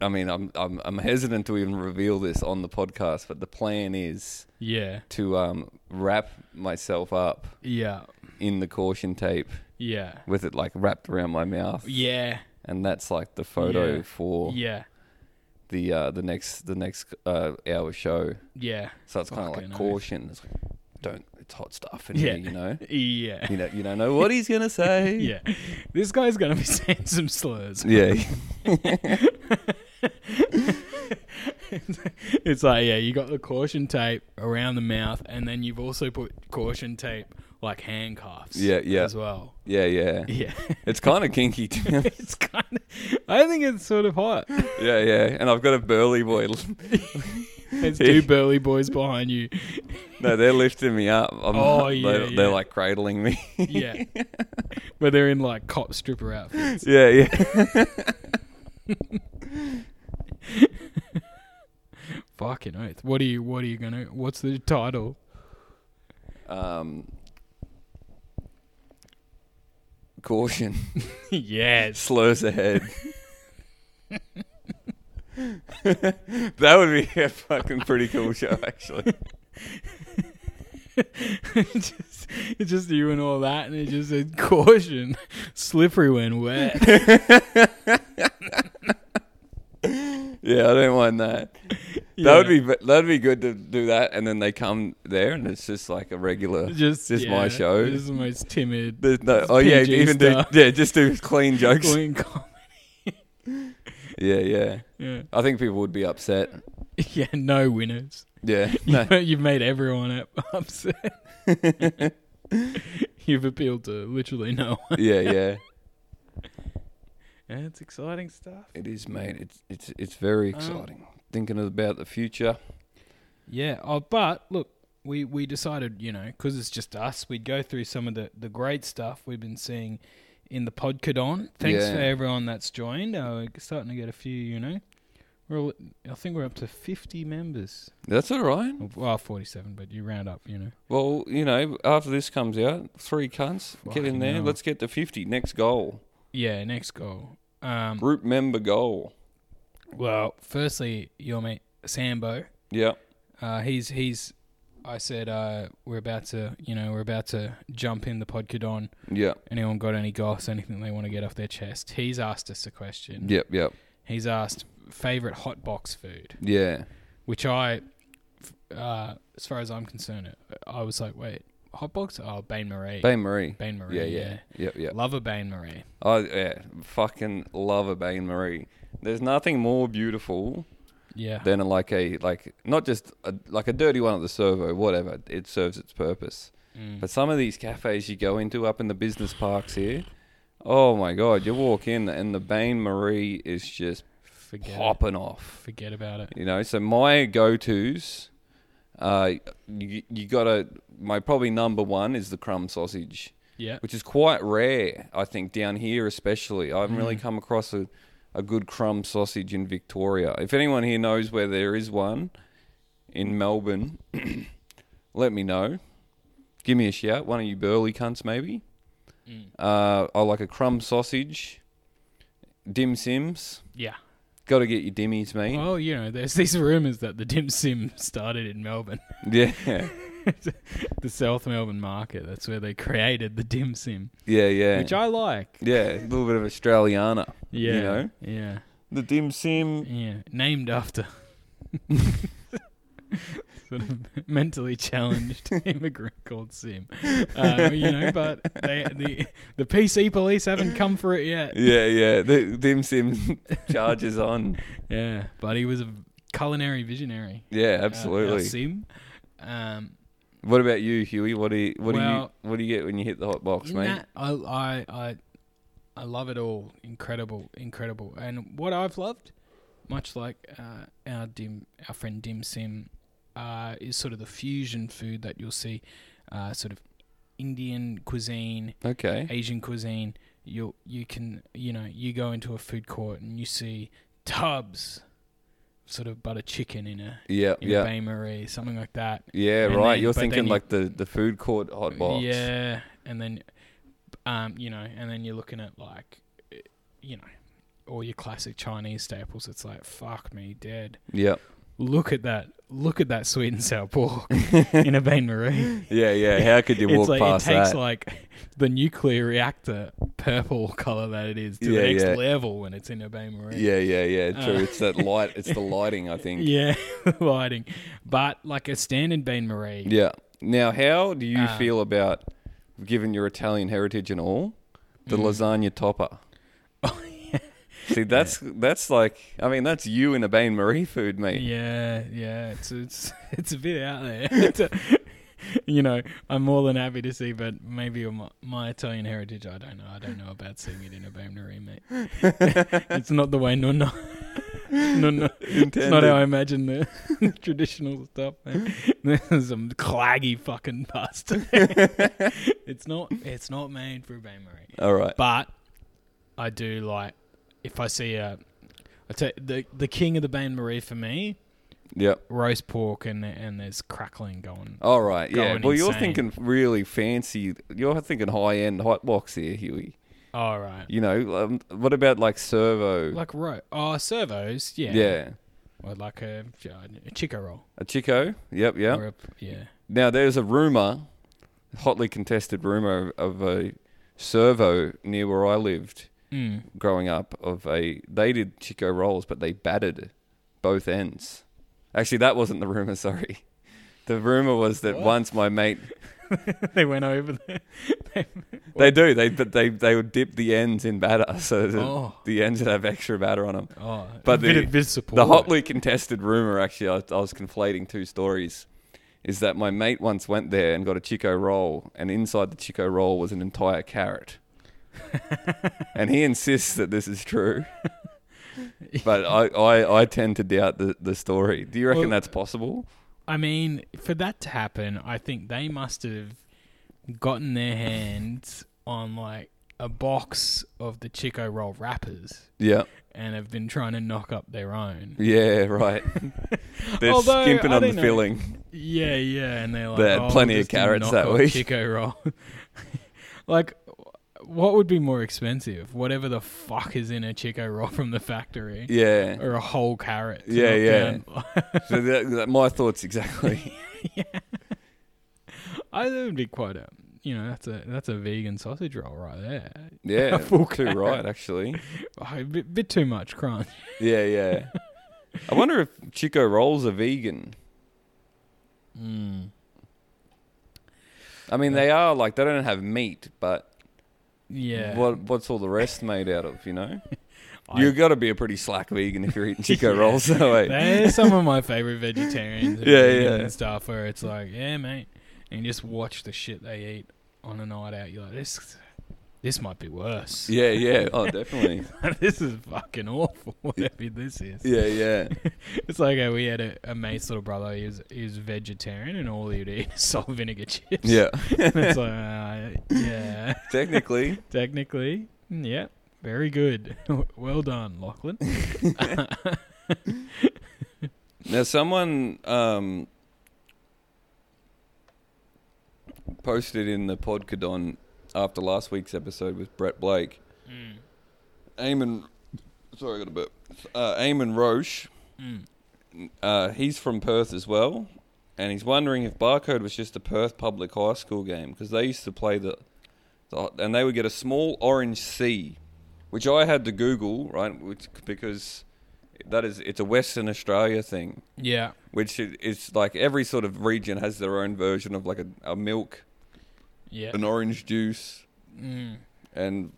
Speaker 1: I mean, I'm I'm I'm hesitant to even reveal this on the podcast, but the plan is
Speaker 2: yeah.
Speaker 1: to um wrap myself up
Speaker 2: Yeah.
Speaker 1: in the caution tape
Speaker 2: Yeah.
Speaker 1: with it like wrapped around my mouth,
Speaker 2: Yeah.
Speaker 1: and that's like the photo
Speaker 2: Yeah.
Speaker 1: for
Speaker 2: Yeah.
Speaker 1: the uh the next the next uh hour show.
Speaker 2: Yeah.
Speaker 1: So it's kind of
Speaker 2: Fucking
Speaker 1: like
Speaker 2: oath.
Speaker 1: caution. It's like don't. It's hot stuff in
Speaker 2: Yeah.
Speaker 1: here, you [LAUGHS] know.
Speaker 2: Yeah.
Speaker 1: You know, you don't know what he's gonna [LAUGHS] say.
Speaker 2: [LAUGHS] Yeah. This guy's gonna be [LAUGHS] saying some slurs.
Speaker 1: Yeah.
Speaker 2: [LAUGHS] it's like yeah, you got the caution tape around the mouth, and then you've also put caution tape like handcuffs.
Speaker 1: Yeah, yeah.
Speaker 2: As well.
Speaker 1: Yeah, yeah. [LAUGHS]
Speaker 2: Yeah. [LAUGHS]
Speaker 1: It's kind of kinky. to be honest.
Speaker 2: it's kind of. I think it's sort of hot.
Speaker 1: [LAUGHS] yeah, yeah. And I've got a burly boy.
Speaker 2: There's two burly boys
Speaker 1: [LAUGHS]
Speaker 2: behind you.
Speaker 1: No, they're lifting me up. I'm,
Speaker 2: Oh,
Speaker 1: they're,
Speaker 2: yeah, yeah.
Speaker 1: they're like cradling me. [LAUGHS]
Speaker 2: Yeah. but they're in like cop stripper outfits.
Speaker 1: yeah, yeah.
Speaker 2: Fucking oath. What are you? What are you gonna? What's
Speaker 1: [LAUGHS]
Speaker 2: the title?
Speaker 1: Um, caution.
Speaker 2: yes.
Speaker 1: Slurs ahead. [LAUGHS] that would be a fucking pretty cool show, actually.
Speaker 2: it's, [LAUGHS] just, it's just you and all that, and it just said caution, slippery when wet.
Speaker 1: Yeah, I don't mind that. [LAUGHS] That would be that'd be good to do that, and then they come there, and it's just like a regular.
Speaker 2: [LAUGHS] just
Speaker 1: just my show.
Speaker 2: This is the most timid.
Speaker 1: There's no. Oh yeah,
Speaker 2: PG
Speaker 1: even
Speaker 2: stuff.
Speaker 1: do yeah, just do clean
Speaker 2: [LAUGHS]
Speaker 1: jokes.
Speaker 2: going com-
Speaker 1: Yeah, yeah.
Speaker 2: yeah. [LAUGHS]
Speaker 1: I think people would be upset.
Speaker 2: yeah, no winners. [LAUGHS]
Speaker 1: Yeah, no.
Speaker 2: You've, you've made everyone up- [LAUGHS] upset. [LAUGHS] You've appealed to literally no one.
Speaker 1: yeah, yeah.
Speaker 2: Yeah, it's exciting stuff.
Speaker 1: It is, mate. It's it's it's very
Speaker 2: Um,
Speaker 1: exciting. Thinking about the future.
Speaker 2: Yeah. Oh, but look, we we decided, you know, because it's just us, we'd go through some of the the great stuff we've been seeing in the Podcadon. Thanks
Speaker 1: Yeah.
Speaker 2: for everyone that's joined. Uh, we're starting to get a few, you know. We're all, I think we're up to 50 members.
Speaker 1: That's all right.
Speaker 2: Or- Well, 47, but you round up, you know.
Speaker 1: Well, you know, after this comes out, three cunts get
Speaker 2: Fucking
Speaker 1: in there.
Speaker 2: hell.
Speaker 1: Let's get to fifty. Next goal,
Speaker 2: Yeah, next goal. Um,
Speaker 1: group member goal.
Speaker 2: well, firstly, your mate Sambo.
Speaker 1: Yeah,
Speaker 2: Uh, he's he's. I said uh, we're about to, you know, we're about to jump in the Podcadon.
Speaker 1: yeah,
Speaker 2: anyone got any goss, anything they want to get off their chest. He's asked us a question.
Speaker 1: yep, yep,
Speaker 2: He's asked favorite hot box food,
Speaker 1: yeah.
Speaker 2: which I, f- uh, as far as I'm concerned, I was like, wait, hot box? Oh, Bain Marie.
Speaker 1: Bain Marie.
Speaker 2: Bain Marie.
Speaker 1: Yeah, yeah, yep, yep.
Speaker 2: Love a Bain Marie.
Speaker 1: I yeah, fucking love a Bain Marie. There's nothing more beautiful
Speaker 2: Yeah.
Speaker 1: than like a like not just a, like a dirty one at the servo, whatever. It serves its purpose.
Speaker 2: Mm.
Speaker 1: But some of these cafes you go into up in the business parks here, oh my god, you walk in and the Bain Marie is just
Speaker 2: Forget it.
Speaker 1: popping off.
Speaker 2: Forget about it.
Speaker 1: You know, so my go tos, uh, you, you gotta my probably number one is the crumb sausage
Speaker 2: Yeah.
Speaker 1: which is quite rare, I think, down here especially. I haven't really
Speaker 2: Mm.
Speaker 1: come across a, a good crumb sausage in Victoria. If anyone here knows where there is one in Melbourne, [CLEARS THROAT] let me know. Give me a shout. One of you burly cunts, maybe.
Speaker 2: Mm.
Speaker 1: Uh, I like a crumb sausage, dim sims.
Speaker 2: Yeah.
Speaker 1: Got to get your dimmies, mate.
Speaker 2: Well, you know, there's these rumors that the dim sim started in Melbourne,
Speaker 1: [LAUGHS] Yeah,
Speaker 2: the South Melbourne market. That's where they [LAUGHS] created the dim sim,
Speaker 1: yeah, yeah.
Speaker 2: which I like.
Speaker 1: yeah, a little bit of Australiana.
Speaker 2: Yeah.
Speaker 1: know?
Speaker 2: Yeah.
Speaker 1: The dim sim.
Speaker 2: Yeah,
Speaker 1: [LAUGHS]
Speaker 2: named after sort of
Speaker 1: [LAUGHS]
Speaker 2: mentally challenged immigrant called Sim. Um, you know, but they, the the PC police haven't come for it yet.
Speaker 1: Yeah, yeah. The dim sim [LAUGHS] charges on.
Speaker 2: Yeah, but he was a culinary visionary.
Speaker 1: Yeah,
Speaker 2: uh, our
Speaker 1: absolutely.
Speaker 2: Sim. Um,
Speaker 1: What about you, Huey? What do you what
Speaker 2: Well-
Speaker 1: do you what do you get when you hit the hot box, mate?
Speaker 2: nah, I, I I I love it all. Incredible, incredible. And what I've loved, much like uh, our dim our friend Dim Sim, uh, is sort of the fusion food that you'll see, uh, sort of Indian cuisine,
Speaker 1: Okay.
Speaker 2: Asian cuisine. You you can you know you go into a food court and you see tubs, of sort of butter chicken in a
Speaker 1: Yeah,
Speaker 2: in a
Speaker 1: yeah.
Speaker 2: Bain Marie, something like that.
Speaker 1: Yeah,
Speaker 2: and
Speaker 1: right.
Speaker 2: then-
Speaker 1: You're
Speaker 2: but
Speaker 1: thinking
Speaker 2: then you-
Speaker 1: like the, the food court hot box.
Speaker 2: Yeah, and then, um, you know, and then you're looking at like, eh, you know, all your classic Chinese staples. It's like fuck me dead.
Speaker 1: Yep.
Speaker 2: Look at that. Look at that sweet and
Speaker 1: [LAUGHS]
Speaker 2: sour pork in a bain marie.
Speaker 1: Yeah, yeah. How could you walk
Speaker 2: [LAUGHS] It's like it
Speaker 1: past
Speaker 2: takes
Speaker 1: that?
Speaker 2: like the nuclear reactor purple [LAUGHS] color that it is to
Speaker 1: Yeah,
Speaker 2: the next
Speaker 1: yeah.
Speaker 2: level when it's in a bain marie.
Speaker 1: yeah, yeah, yeah. True.
Speaker 2: Uh,
Speaker 1: it's that light it's the
Speaker 2: [LAUGHS]
Speaker 1: lighting, I think.
Speaker 2: Yeah, [LAUGHS] lighting, but like a standard bain marie.
Speaker 1: Yeah. Now how do you
Speaker 2: Uh,
Speaker 1: feel about
Speaker 2: Mm. [LAUGHS] Oh,
Speaker 1: given your Italian heritage and all, the lasagna topper? See, that's that's like, I mean, that's you in a Bain Marie food, mate.
Speaker 2: Yeah, yeah, it's it's [LAUGHS] it's a bit out there. [LAUGHS] It's a- you know, I'm more than happy to see, but maybe my, my Italian heritage, I don't know. I don't know about seeing it in a Bamnari, mate. it's not the way nonna, nonna. It's not
Speaker 1: Intended.
Speaker 2: how I imagine the, the [LAUGHS] traditional stuff. Man. There's [LAUGHS] some claggy fucking pasta. it's not. It's not made for a Bamnari.
Speaker 1: All right.
Speaker 2: But I do like if I see a. I tell the the king of the Bain Marie for me,
Speaker 1: Yep.
Speaker 2: roast pork and and there's crackling going.
Speaker 1: All right. Yeah.
Speaker 2: Going
Speaker 1: well, you're
Speaker 2: insane.
Speaker 1: thinking really fancy. You're thinking high end hot box here, Huey.
Speaker 2: All right,
Speaker 1: You know, um, what about like servo?
Speaker 2: like ro oh servos, yeah,
Speaker 1: yeah.
Speaker 2: or like a, a chico roll,
Speaker 1: A Chico. Yep. Yep.
Speaker 2: or a, yeah.
Speaker 1: Now, there's a rumor, hotly contested rumor of a servo near where I lived
Speaker 2: Mm.
Speaker 1: growing up. Of a they did Chico rolls, but they battered both ends. Actually, that wasn't the rumor. [LAUGHS] Sorry, the rumor was that
Speaker 2: What?
Speaker 1: once my mate
Speaker 2: [LAUGHS] they went over there.
Speaker 1: they do they but they they would dip the ends in batter [LAUGHS] so that
Speaker 2: Oh.
Speaker 1: the ends would have extra batter on them.
Speaker 2: Oh,
Speaker 1: But
Speaker 2: but
Speaker 1: the-
Speaker 2: bit of bit of support.
Speaker 1: The hotly contested rumor, actually, I, I was conflating two stories, is that my mate once went there and got a Chico roll, and inside the Chico roll was an entire
Speaker 2: [LAUGHS]
Speaker 1: carrot. and he insists that this is
Speaker 2: [LAUGHS]
Speaker 1: true. But I, I, I tend to doubt the, the story. Do you reckon
Speaker 2: Well-
Speaker 1: that's possible?
Speaker 2: I mean, for that to happen, I think they must have gotten their hands on like a box of the chico roll wrappers
Speaker 1: Yeah.
Speaker 2: and have been trying to knock up their own.
Speaker 1: Yeah,
Speaker 2: [LAUGHS]
Speaker 1: right. They're
Speaker 2: Although,
Speaker 1: skimping
Speaker 2: I
Speaker 1: on the
Speaker 2: don't know.
Speaker 1: filling.
Speaker 2: Yeah, yeah, and they're like,
Speaker 1: They had
Speaker 2: oh,
Speaker 1: plenty
Speaker 2: we'll
Speaker 1: of
Speaker 2: just do
Speaker 1: carrots
Speaker 2: knock
Speaker 1: that
Speaker 2: off
Speaker 1: week."
Speaker 2: Chico roll. [LAUGHS] like, what would be more expensive? Whatever the fuck is in a chico roll from the factory, [LAUGHS]
Speaker 1: Yeah.
Speaker 2: or a whole carrot? to
Speaker 1: Yeah,
Speaker 2: knock
Speaker 1: yeah.
Speaker 2: down? [LAUGHS]
Speaker 1: So that, that, my thoughts exactly.
Speaker 2: I think it would be quite a, you know, that's a that's a vegan sausage roll right there.
Speaker 1: Yeah.
Speaker 2: Full
Speaker 1: too
Speaker 2: carrot.
Speaker 1: right, actually.
Speaker 2: Oh, a bit, bit too much crunch.
Speaker 1: Yeah, yeah. I wonder if Chico rolls are vegan. Hmm.
Speaker 2: Mm.
Speaker 1: I mean, they are like they don't have meat, but
Speaker 2: Yeah.
Speaker 1: what what's all the rest made out of? You
Speaker 2: [LAUGHS]
Speaker 1: know,
Speaker 2: I-
Speaker 1: you got to be a pretty slack vegan if you're eating Chico
Speaker 2: [LAUGHS] Yeah.
Speaker 1: rolls that way.
Speaker 2: They're some
Speaker 1: [LAUGHS]
Speaker 2: of my favorite vegetarians and,
Speaker 1: Yeah,
Speaker 2: vegans
Speaker 1: yeah.
Speaker 2: and stuff where it's like, yeah, mate. And you just watch the shit they eat on a night out. You're like, this this might be worse.
Speaker 1: yeah, yeah. Oh, definitely.
Speaker 2: [LAUGHS] this is fucking awful, [LAUGHS] whatever this is.
Speaker 1: Yeah, yeah.
Speaker 2: It's like uh, we had a, a mate's little brother. He was, he was vegetarian and all he'd eat [LAUGHS] is salt and vinegar chips.
Speaker 1: Yeah.
Speaker 2: [LAUGHS] and it's like, uh, yeah,
Speaker 1: Technically,
Speaker 2: technically, mm, yeah, very good. [LAUGHS] well done, Lachlan.
Speaker 1: now someone um posted in the Podcadon after last week's episode with Brett Blake,
Speaker 2: Mm,
Speaker 1: Eamon. Sorry, I got a bit. Uh, Eamon Roche.
Speaker 2: mm.
Speaker 1: uh, he's from Perth as well, and he's wondering if barcode was just a Perth public high school game because they used to play the, the, and they would get a small orange C, which I had to Google right, which because that is it's a Western Australia thing,
Speaker 2: Yeah.
Speaker 1: which i- is like every sort of region has their own version of like a, a milk,
Speaker 2: Yeah.
Speaker 1: an orange juice,
Speaker 2: Mm,
Speaker 1: and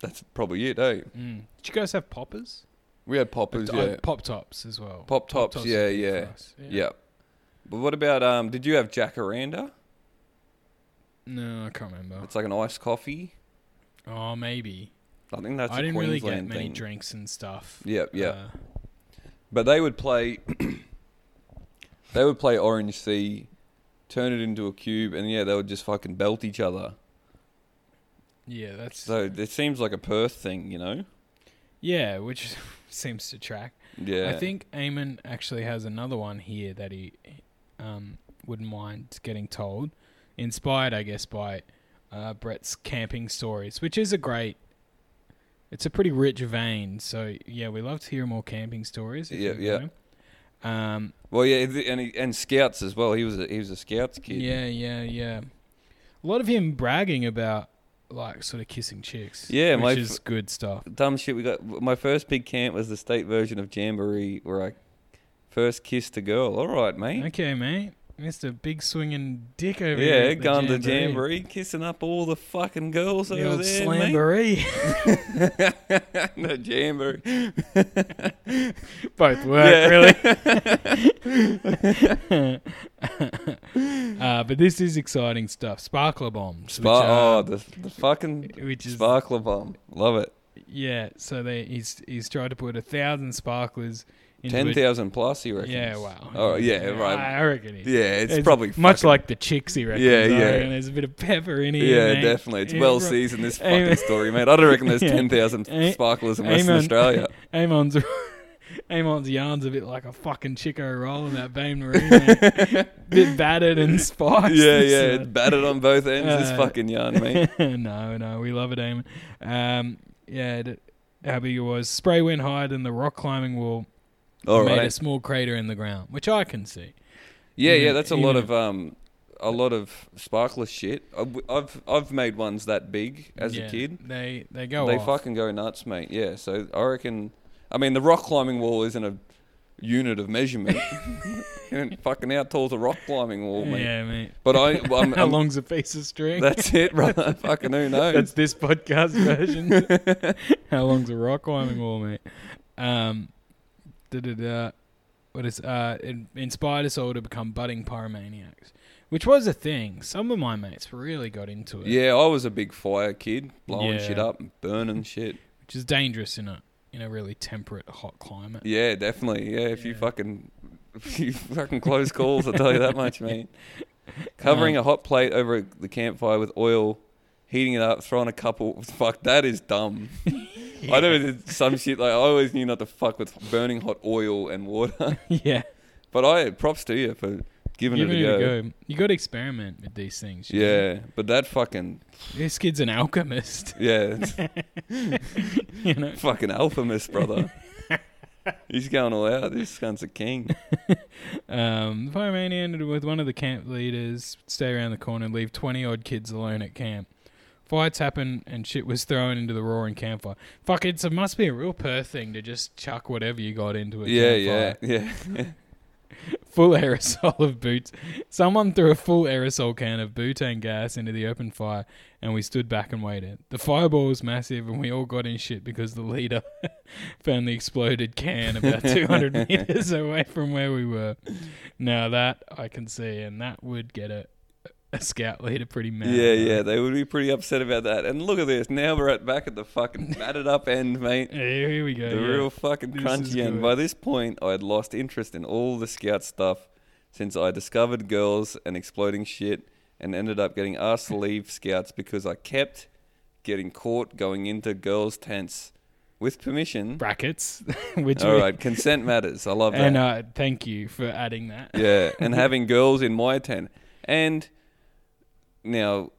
Speaker 1: that's probably it. Hey,
Speaker 2: mm. Did you guys have poppers?
Speaker 1: we had poppers,
Speaker 2: Uh,
Speaker 1: yeah,
Speaker 2: Pop tops as well.
Speaker 1: pop tops,
Speaker 2: Pop-Tops
Speaker 1: yeah,
Speaker 2: were big
Speaker 1: yeah,
Speaker 2: for us,
Speaker 1: yeah. But what about um? Did you have jacaranda?
Speaker 2: No, I can't remember.
Speaker 1: It's like an iced coffee.
Speaker 2: Oh, maybe.
Speaker 1: I think that's.
Speaker 2: I
Speaker 1: a
Speaker 2: didn't really
Speaker 1: Queensland
Speaker 2: get many
Speaker 1: thing.
Speaker 2: drinks and stuff.
Speaker 1: Yeah, yeah.
Speaker 2: Uh,
Speaker 1: but they would play. [CLEARS THROAT] they would play Orange Sea, turn it into a cube, and yeah, they would just fucking belt each other.
Speaker 2: yeah, that's
Speaker 1: So it seems like a Perth thing, you know?
Speaker 2: yeah, which [LAUGHS] seems to track.
Speaker 1: Yeah.
Speaker 2: I think Eamon actually has another one here that he um, wouldn't mind getting told. Inspired, I guess, by uh, Brett's camping stories, which is a great. It's a pretty rich vein. So, yeah, we love to hear more camping stories. if
Speaker 1: Yeah,
Speaker 2: you
Speaker 1: yeah.
Speaker 2: know. Um,
Speaker 1: Well, yeah, th- and he, and scouts as well. He was a, he was a scouts kid.
Speaker 2: yeah, yeah, yeah. A lot of him bragging about, like, sort of kissing chicks.
Speaker 1: Yeah,
Speaker 2: which
Speaker 1: my
Speaker 2: is good stuff.
Speaker 1: Dumb shit. We got my first big camp was the state version of Jamboree, where I first kissed a girl. All right, mate.
Speaker 2: Okay, mate. Mr. Big Swinging Dick over here.
Speaker 1: Yeah,
Speaker 2: at the
Speaker 1: going to the jamboree, kissing up all the fucking girls
Speaker 2: The
Speaker 1: over
Speaker 2: old
Speaker 1: there, mate.
Speaker 2: slamboree.
Speaker 1: [LAUGHS] the jamboree.
Speaker 2: [LAUGHS]
Speaker 1: [LAUGHS]
Speaker 2: Both work, really.
Speaker 1: [LAUGHS]
Speaker 2: [LAUGHS] uh, but this is exciting stuff. Sparkler bombs.
Speaker 1: Spa-
Speaker 2: which are-
Speaker 1: oh, the, the fucking
Speaker 2: which is
Speaker 1: sparkler bomb. Love it.
Speaker 2: yeah. So they he's he's tried to put a thousand sparklers into
Speaker 1: Ten
Speaker 2: a,
Speaker 1: thousand plus, you reckon?
Speaker 2: Yeah, wow.
Speaker 1: Oh, yeah, right.
Speaker 2: I reckon it is.
Speaker 1: Yeah, it's, probably
Speaker 2: much
Speaker 1: fucking-
Speaker 2: like the chicks he reckons.
Speaker 1: Yeah,
Speaker 2: I
Speaker 1: yeah.
Speaker 2: reckon there's a bit of pepper in here.
Speaker 1: Yeah,
Speaker 2: mate.
Speaker 1: definitely. It's
Speaker 2: Yeah,
Speaker 1: well
Speaker 2: right.
Speaker 1: seasoned this
Speaker 2: Amen.
Speaker 1: fucking story, mate. I don't reckon there's
Speaker 2: [LAUGHS] Yeah.
Speaker 1: ten thousand
Speaker 2: A-
Speaker 1: sparklers in Western
Speaker 2: Amen. [LAUGHS]
Speaker 1: Australia.
Speaker 2: Amon's Amon's yarn's a bit like a fucking Chico roll in that Bain Marie,
Speaker 1: [LAUGHS]
Speaker 2: mate. bit battered and spiked.
Speaker 1: Yeah, yeah, it's battered on both ends. this
Speaker 2: Uh,
Speaker 1: fucking yarn, [LAUGHS]
Speaker 2: [LAUGHS]
Speaker 1: mate.
Speaker 2: no, no, we love it, Amon. Um, yeah, d- how big it was. Spray went higher than the rock climbing wall.
Speaker 1: All
Speaker 2: made
Speaker 1: right.
Speaker 2: a small crater in the ground, which I can see.
Speaker 1: Yeah, yeah,
Speaker 2: Even-
Speaker 1: that's a lot
Speaker 2: even-
Speaker 1: of um, a lot of sparkler shit. I w- I've I've made ones that big as
Speaker 2: Yeah,
Speaker 1: a kid.
Speaker 2: they they go
Speaker 1: they
Speaker 2: off.
Speaker 1: fucking go nuts, mate. Yeah, so I reckon. I mean, the rock climbing wall isn't a unit of
Speaker 2: [LAUGHS]
Speaker 1: measurement. And fucking how tall's a rock climbing wall, mate?
Speaker 2: Yeah, mate.
Speaker 1: But
Speaker 2: [LAUGHS]
Speaker 1: I, well, I'm,
Speaker 2: How
Speaker 1: I'm-
Speaker 2: long's a piece of
Speaker 1: [LAUGHS]
Speaker 2: string?
Speaker 1: That's it, [LAUGHS] brother. fucking who knows?
Speaker 2: [LAUGHS] That's this podcast version. [LAUGHS] How long's a rock climbing wall, mate? Um, da-da-da. What is uh? It inspired us all to become budding pyromaniacs, which was a thing. Some of my mates really got into it.
Speaker 1: yeah, I was a big fire kid, blowing shit
Speaker 2: Yeah.
Speaker 1: up and burning
Speaker 2: [LAUGHS]
Speaker 1: shit.
Speaker 2: which is dangerous in a in a really temperate hot climate.
Speaker 1: Yeah, definitely. Yeah, if you
Speaker 2: Yeah.
Speaker 1: fucking [LAUGHS] if you fucking close calls, I'll tell you that much,
Speaker 2: [LAUGHS]
Speaker 1: mate. Covering a hot plate over the campfire with oil, heating it up, throwing a couple. [LAUGHS] Fuck, that is dumb. I know there's some shit like I always knew not to fuck with burning hot oil and water,
Speaker 2: [LAUGHS]
Speaker 1: [LAUGHS]
Speaker 2: yeah,
Speaker 1: but I props to you for giving
Speaker 2: give
Speaker 1: it, a, go.
Speaker 2: You got to experiment with these things. you know?
Speaker 1: Yeah, but that fucking
Speaker 2: this kid's an alchemist. [LAUGHS]
Speaker 1: yeah, it's [LAUGHS]
Speaker 2: You know,
Speaker 1: fucking alchemist, brother. [LAUGHS] He's going all out. This cunt's a king.
Speaker 2: um, the fireman ended with one of the camp leaders stay around the corner and leave twenty odd kids alone at camp. Fights happened and shit was thrown into the roaring campfire. Fuck, it's, it must be a real Perth thing to just chuck whatever you got into a
Speaker 1: Yeah,
Speaker 2: campfire.
Speaker 1: yeah, yeah.
Speaker 2: full [LAUGHS] aerosol of boots. Someone threw a full aerosol can of butane gas into the open fire, and we stood back and waited. The fireball was massive, and we all got in shit because the leader [LAUGHS] found the exploded can
Speaker 1: [LAUGHS]
Speaker 2: about 200 meters away from where we were. Now that I can see, and that would get a a scout leader pretty
Speaker 1: [LAUGHS]
Speaker 2: mad.
Speaker 1: Yeah, yeah, they would be pretty upset about that. And look at this. Now we're at back at the fucking [LAUGHS] battered up end, mate.
Speaker 2: Hey, Here we go.
Speaker 1: The
Speaker 2: yeah.
Speaker 1: real fucking
Speaker 2: This is
Speaker 1: crunchy end.
Speaker 2: good.
Speaker 1: By this point, I had lost interest in all the scout stuff since I discovered girls and exploding shit and ended up getting asked to leave scouts because I kept getting caught going into girls' tents with permission.
Speaker 2: brackets, [LAUGHS] which
Speaker 1: All
Speaker 2: we-
Speaker 1: right, consent matters. I
Speaker 2: [LAUGHS]
Speaker 1: love that.
Speaker 2: and uh, thank you for adding that.
Speaker 1: Yeah,
Speaker 2: [LAUGHS]
Speaker 1: and having girls in my tent. And now,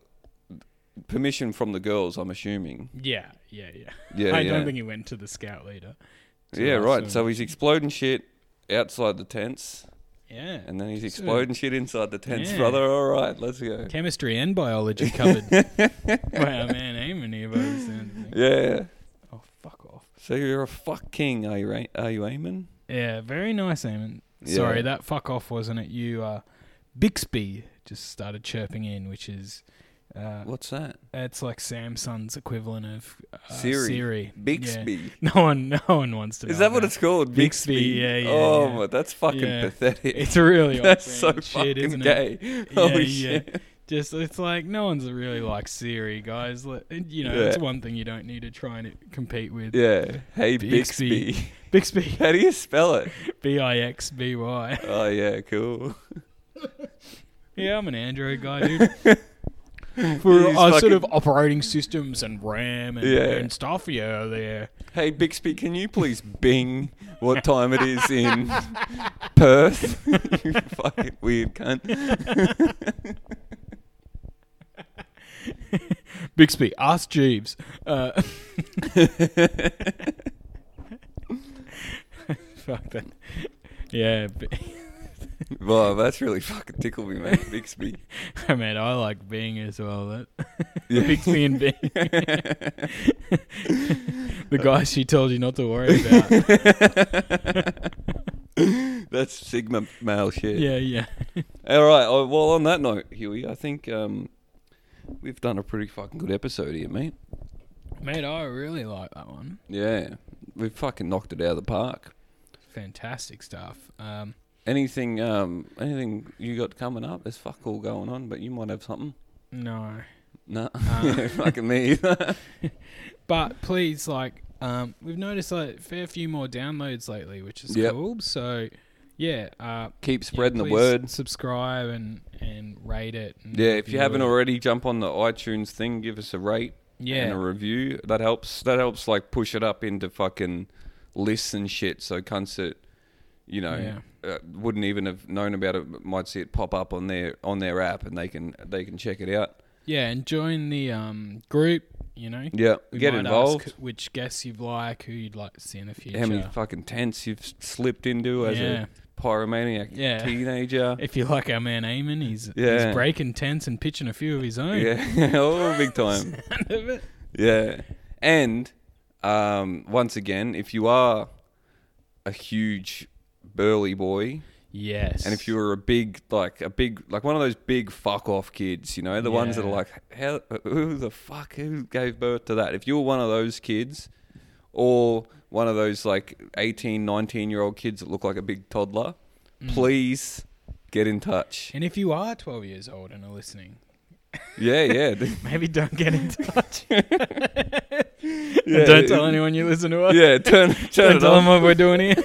Speaker 1: permission from the girls, I'm assuming.
Speaker 2: Yeah, yeah, yeah.
Speaker 1: Yeah,
Speaker 2: I
Speaker 1: yeah.
Speaker 2: don't think he went to the scout leader. So
Speaker 1: yeah,
Speaker 2: that's,
Speaker 1: right.
Speaker 2: um,
Speaker 1: So he's exploding shit outside the tents,
Speaker 2: yeah,
Speaker 1: and then he's
Speaker 2: So-
Speaker 1: exploding shit inside the tents,
Speaker 2: Yeah.
Speaker 1: brother. All right, let's go.
Speaker 2: chemistry and
Speaker 1: [LAUGHS]
Speaker 2: biology covered. wow, man, aiming here by the sound of things.
Speaker 1: Yeah.
Speaker 2: Oh, fuck off.
Speaker 1: So you're a fuck king, are you? Ra- Are you Eamon?
Speaker 2: Yeah, very nice, Eamon. Sorry,
Speaker 1: Yeah.
Speaker 2: that fuck off wasn't it. You, uh, Bixby just started chirping in, which is, uh,
Speaker 1: What's that?
Speaker 2: it's like Samsung's equivalent of uh,
Speaker 1: Siri.
Speaker 2: Siri. Yeah. [LAUGHS]
Speaker 1: Bixby.
Speaker 2: No one, no one wants to.
Speaker 1: Is
Speaker 2: know
Speaker 1: that what it's called?
Speaker 2: Bixby,
Speaker 1: Bixby.
Speaker 2: yeah, yeah,
Speaker 1: Oh,
Speaker 2: yeah.
Speaker 1: my, that's fucking
Speaker 2: Yeah.
Speaker 1: pathetic. [LAUGHS]
Speaker 2: It's really
Speaker 1: that's so
Speaker 2: off-brand shit,
Speaker 1: fucking
Speaker 2: isn't it?
Speaker 1: gay. Holy shit.
Speaker 2: Just it's like no one's really like Siri, guys. Like, You know,
Speaker 1: Yeah.
Speaker 2: it's one thing you don't need to try and compete with. [LAUGHS]
Speaker 1: Yeah. Hey,
Speaker 2: Bixby.
Speaker 1: Bixby.
Speaker 2: Bixby,
Speaker 1: How do you spell it?
Speaker 2: B I X B Y.
Speaker 1: Oh yeah, cool.
Speaker 2: Yeah, I'm an Android
Speaker 1: [LAUGHS]
Speaker 2: guy, dude. For
Speaker 1: He's
Speaker 2: uh, sort
Speaker 1: fucking-
Speaker 2: of operating systems and RAM and,
Speaker 1: Yeah.
Speaker 2: and stuff, yeah, there.
Speaker 1: Hey Bixby, can you please bing what time it is
Speaker 2: [LAUGHS]
Speaker 1: in [LAUGHS] Perth? [LAUGHS] you fucking weird cunt.
Speaker 2: Bixby, ask Jeeves. Uh, fuck that. Yeah, B- [LAUGHS]
Speaker 1: Wow, that's really fucking tickled me, mate. Bixby.
Speaker 2: I mean, I like Bing as well. That [LAUGHS]
Speaker 1: Yeah. [LAUGHS]
Speaker 2: Bixby and Bing.
Speaker 1: [LAUGHS]
Speaker 2: the guy she told you not to worry about.
Speaker 1: That's Sigma male shit.
Speaker 2: Yeah, yeah. [LAUGHS]
Speaker 1: All right. oh, Well, on that note, Huey, I think um, we've done a pretty fucking good episode here, mate.
Speaker 2: Mate, I really like that one.
Speaker 1: Yeah, we fucking knocked it out of the park.
Speaker 2: Fantastic stuff. Um,
Speaker 1: Anything, um, anything you got coming up? There's fuck all going on, but you might have something.
Speaker 2: no.
Speaker 1: No,
Speaker 2: Uh.
Speaker 1: [LAUGHS] Yeah, fucking me.
Speaker 2: [LAUGHS]
Speaker 1: either.
Speaker 2: But please, like, um, we've noticed like a fair few more downloads lately, which is
Speaker 1: Yep.
Speaker 2: cool. So, yeah, uh,
Speaker 1: Keep spreading
Speaker 2: yeah,
Speaker 1: the
Speaker 2: please
Speaker 1: word.
Speaker 2: Subscribe and and rate it. and
Speaker 1: Yeah, if you
Speaker 2: review
Speaker 1: haven't
Speaker 2: it.
Speaker 1: already, jump on the iTunes thing, give us a rate and a
Speaker 2: yeah,
Speaker 1: review. That helps. That helps like push it up into fucking lists and shit. So cunts that you know
Speaker 2: Yeah.
Speaker 1: uh, wouldn't even have known about it but might see it pop up on their on their app and they can they can check it out.
Speaker 2: yeah, and join the um group. You know,
Speaker 1: Yeah,
Speaker 2: We
Speaker 1: get
Speaker 2: might
Speaker 1: involved.
Speaker 2: Ask which guests you've like, who you'd like to see in the future.
Speaker 1: How many fucking tents you've s- slipped into as
Speaker 2: Yeah.
Speaker 1: a pyromaniac
Speaker 2: Yeah. [LAUGHS]
Speaker 1: teenager?
Speaker 2: if you like our man Eamon, he's,
Speaker 1: Yeah.
Speaker 2: he's breaking tents and pitching a few of his [LAUGHS] own.
Speaker 1: Yeah, [LAUGHS] oh, big time.
Speaker 2: Out of it.
Speaker 1: Yeah. And um, once again, if you are a huge burly boy,
Speaker 2: Yes.
Speaker 1: and if you were a big, like a big, like one of those big fuck off kids, you know, the ones that are
Speaker 2: Yeah.
Speaker 1: like, how, who the fuck, who gave birth to that? If you were one of those kids, or one of those like 18, 19 year old kids that look like a big toddler,
Speaker 2: Mm.
Speaker 1: please get in
Speaker 2: [LAUGHS]
Speaker 1: touch.
Speaker 2: and if you are 12 years old and are listening, [LAUGHS]
Speaker 1: Yeah, [LAUGHS] yeah.
Speaker 2: maybe don't get in touch.
Speaker 1: Yeah,
Speaker 2: and don't tell
Speaker 1: it-
Speaker 2: anyone you listen to us.
Speaker 1: yeah,
Speaker 2: [LAUGHS]
Speaker 1: turn, turn
Speaker 2: don't
Speaker 1: it
Speaker 2: tell them
Speaker 1: off.
Speaker 2: what we're doing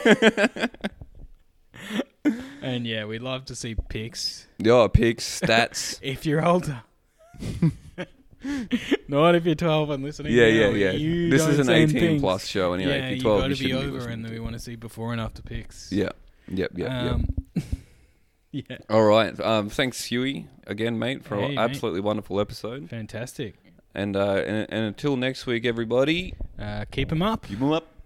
Speaker 1: [LAUGHS]
Speaker 2: here. and yeah, we'd love to see pics
Speaker 1: Yeah, pics, stats.
Speaker 2: [LAUGHS] if you're older. Not if you're 12 and listening.
Speaker 1: Yeah,
Speaker 2: now.
Speaker 1: yeah, yeah.
Speaker 2: You
Speaker 1: this is
Speaker 2: don't
Speaker 1: an
Speaker 2: say
Speaker 1: 18
Speaker 2: things.
Speaker 1: plus show anyway.
Speaker 2: yeah,
Speaker 1: if
Speaker 2: you
Speaker 1: you're 12,
Speaker 2: got
Speaker 1: you
Speaker 2: to be
Speaker 1: shouldn't be
Speaker 2: over,
Speaker 1: listening
Speaker 2: and
Speaker 1: to
Speaker 2: we want to see before and after pics. Um,
Speaker 1: it. Yeah, yep, yep, yep.
Speaker 2: [LAUGHS] yeah.
Speaker 1: All right. Um, thanks, Huey, again, mate, for
Speaker 2: Hey,
Speaker 1: an
Speaker 2: mate.
Speaker 1: absolutely wonderful episode.
Speaker 2: fantastic.
Speaker 1: And, uh, and and until next week, everybody,
Speaker 2: Uh, keep him up.
Speaker 1: keep 'em up.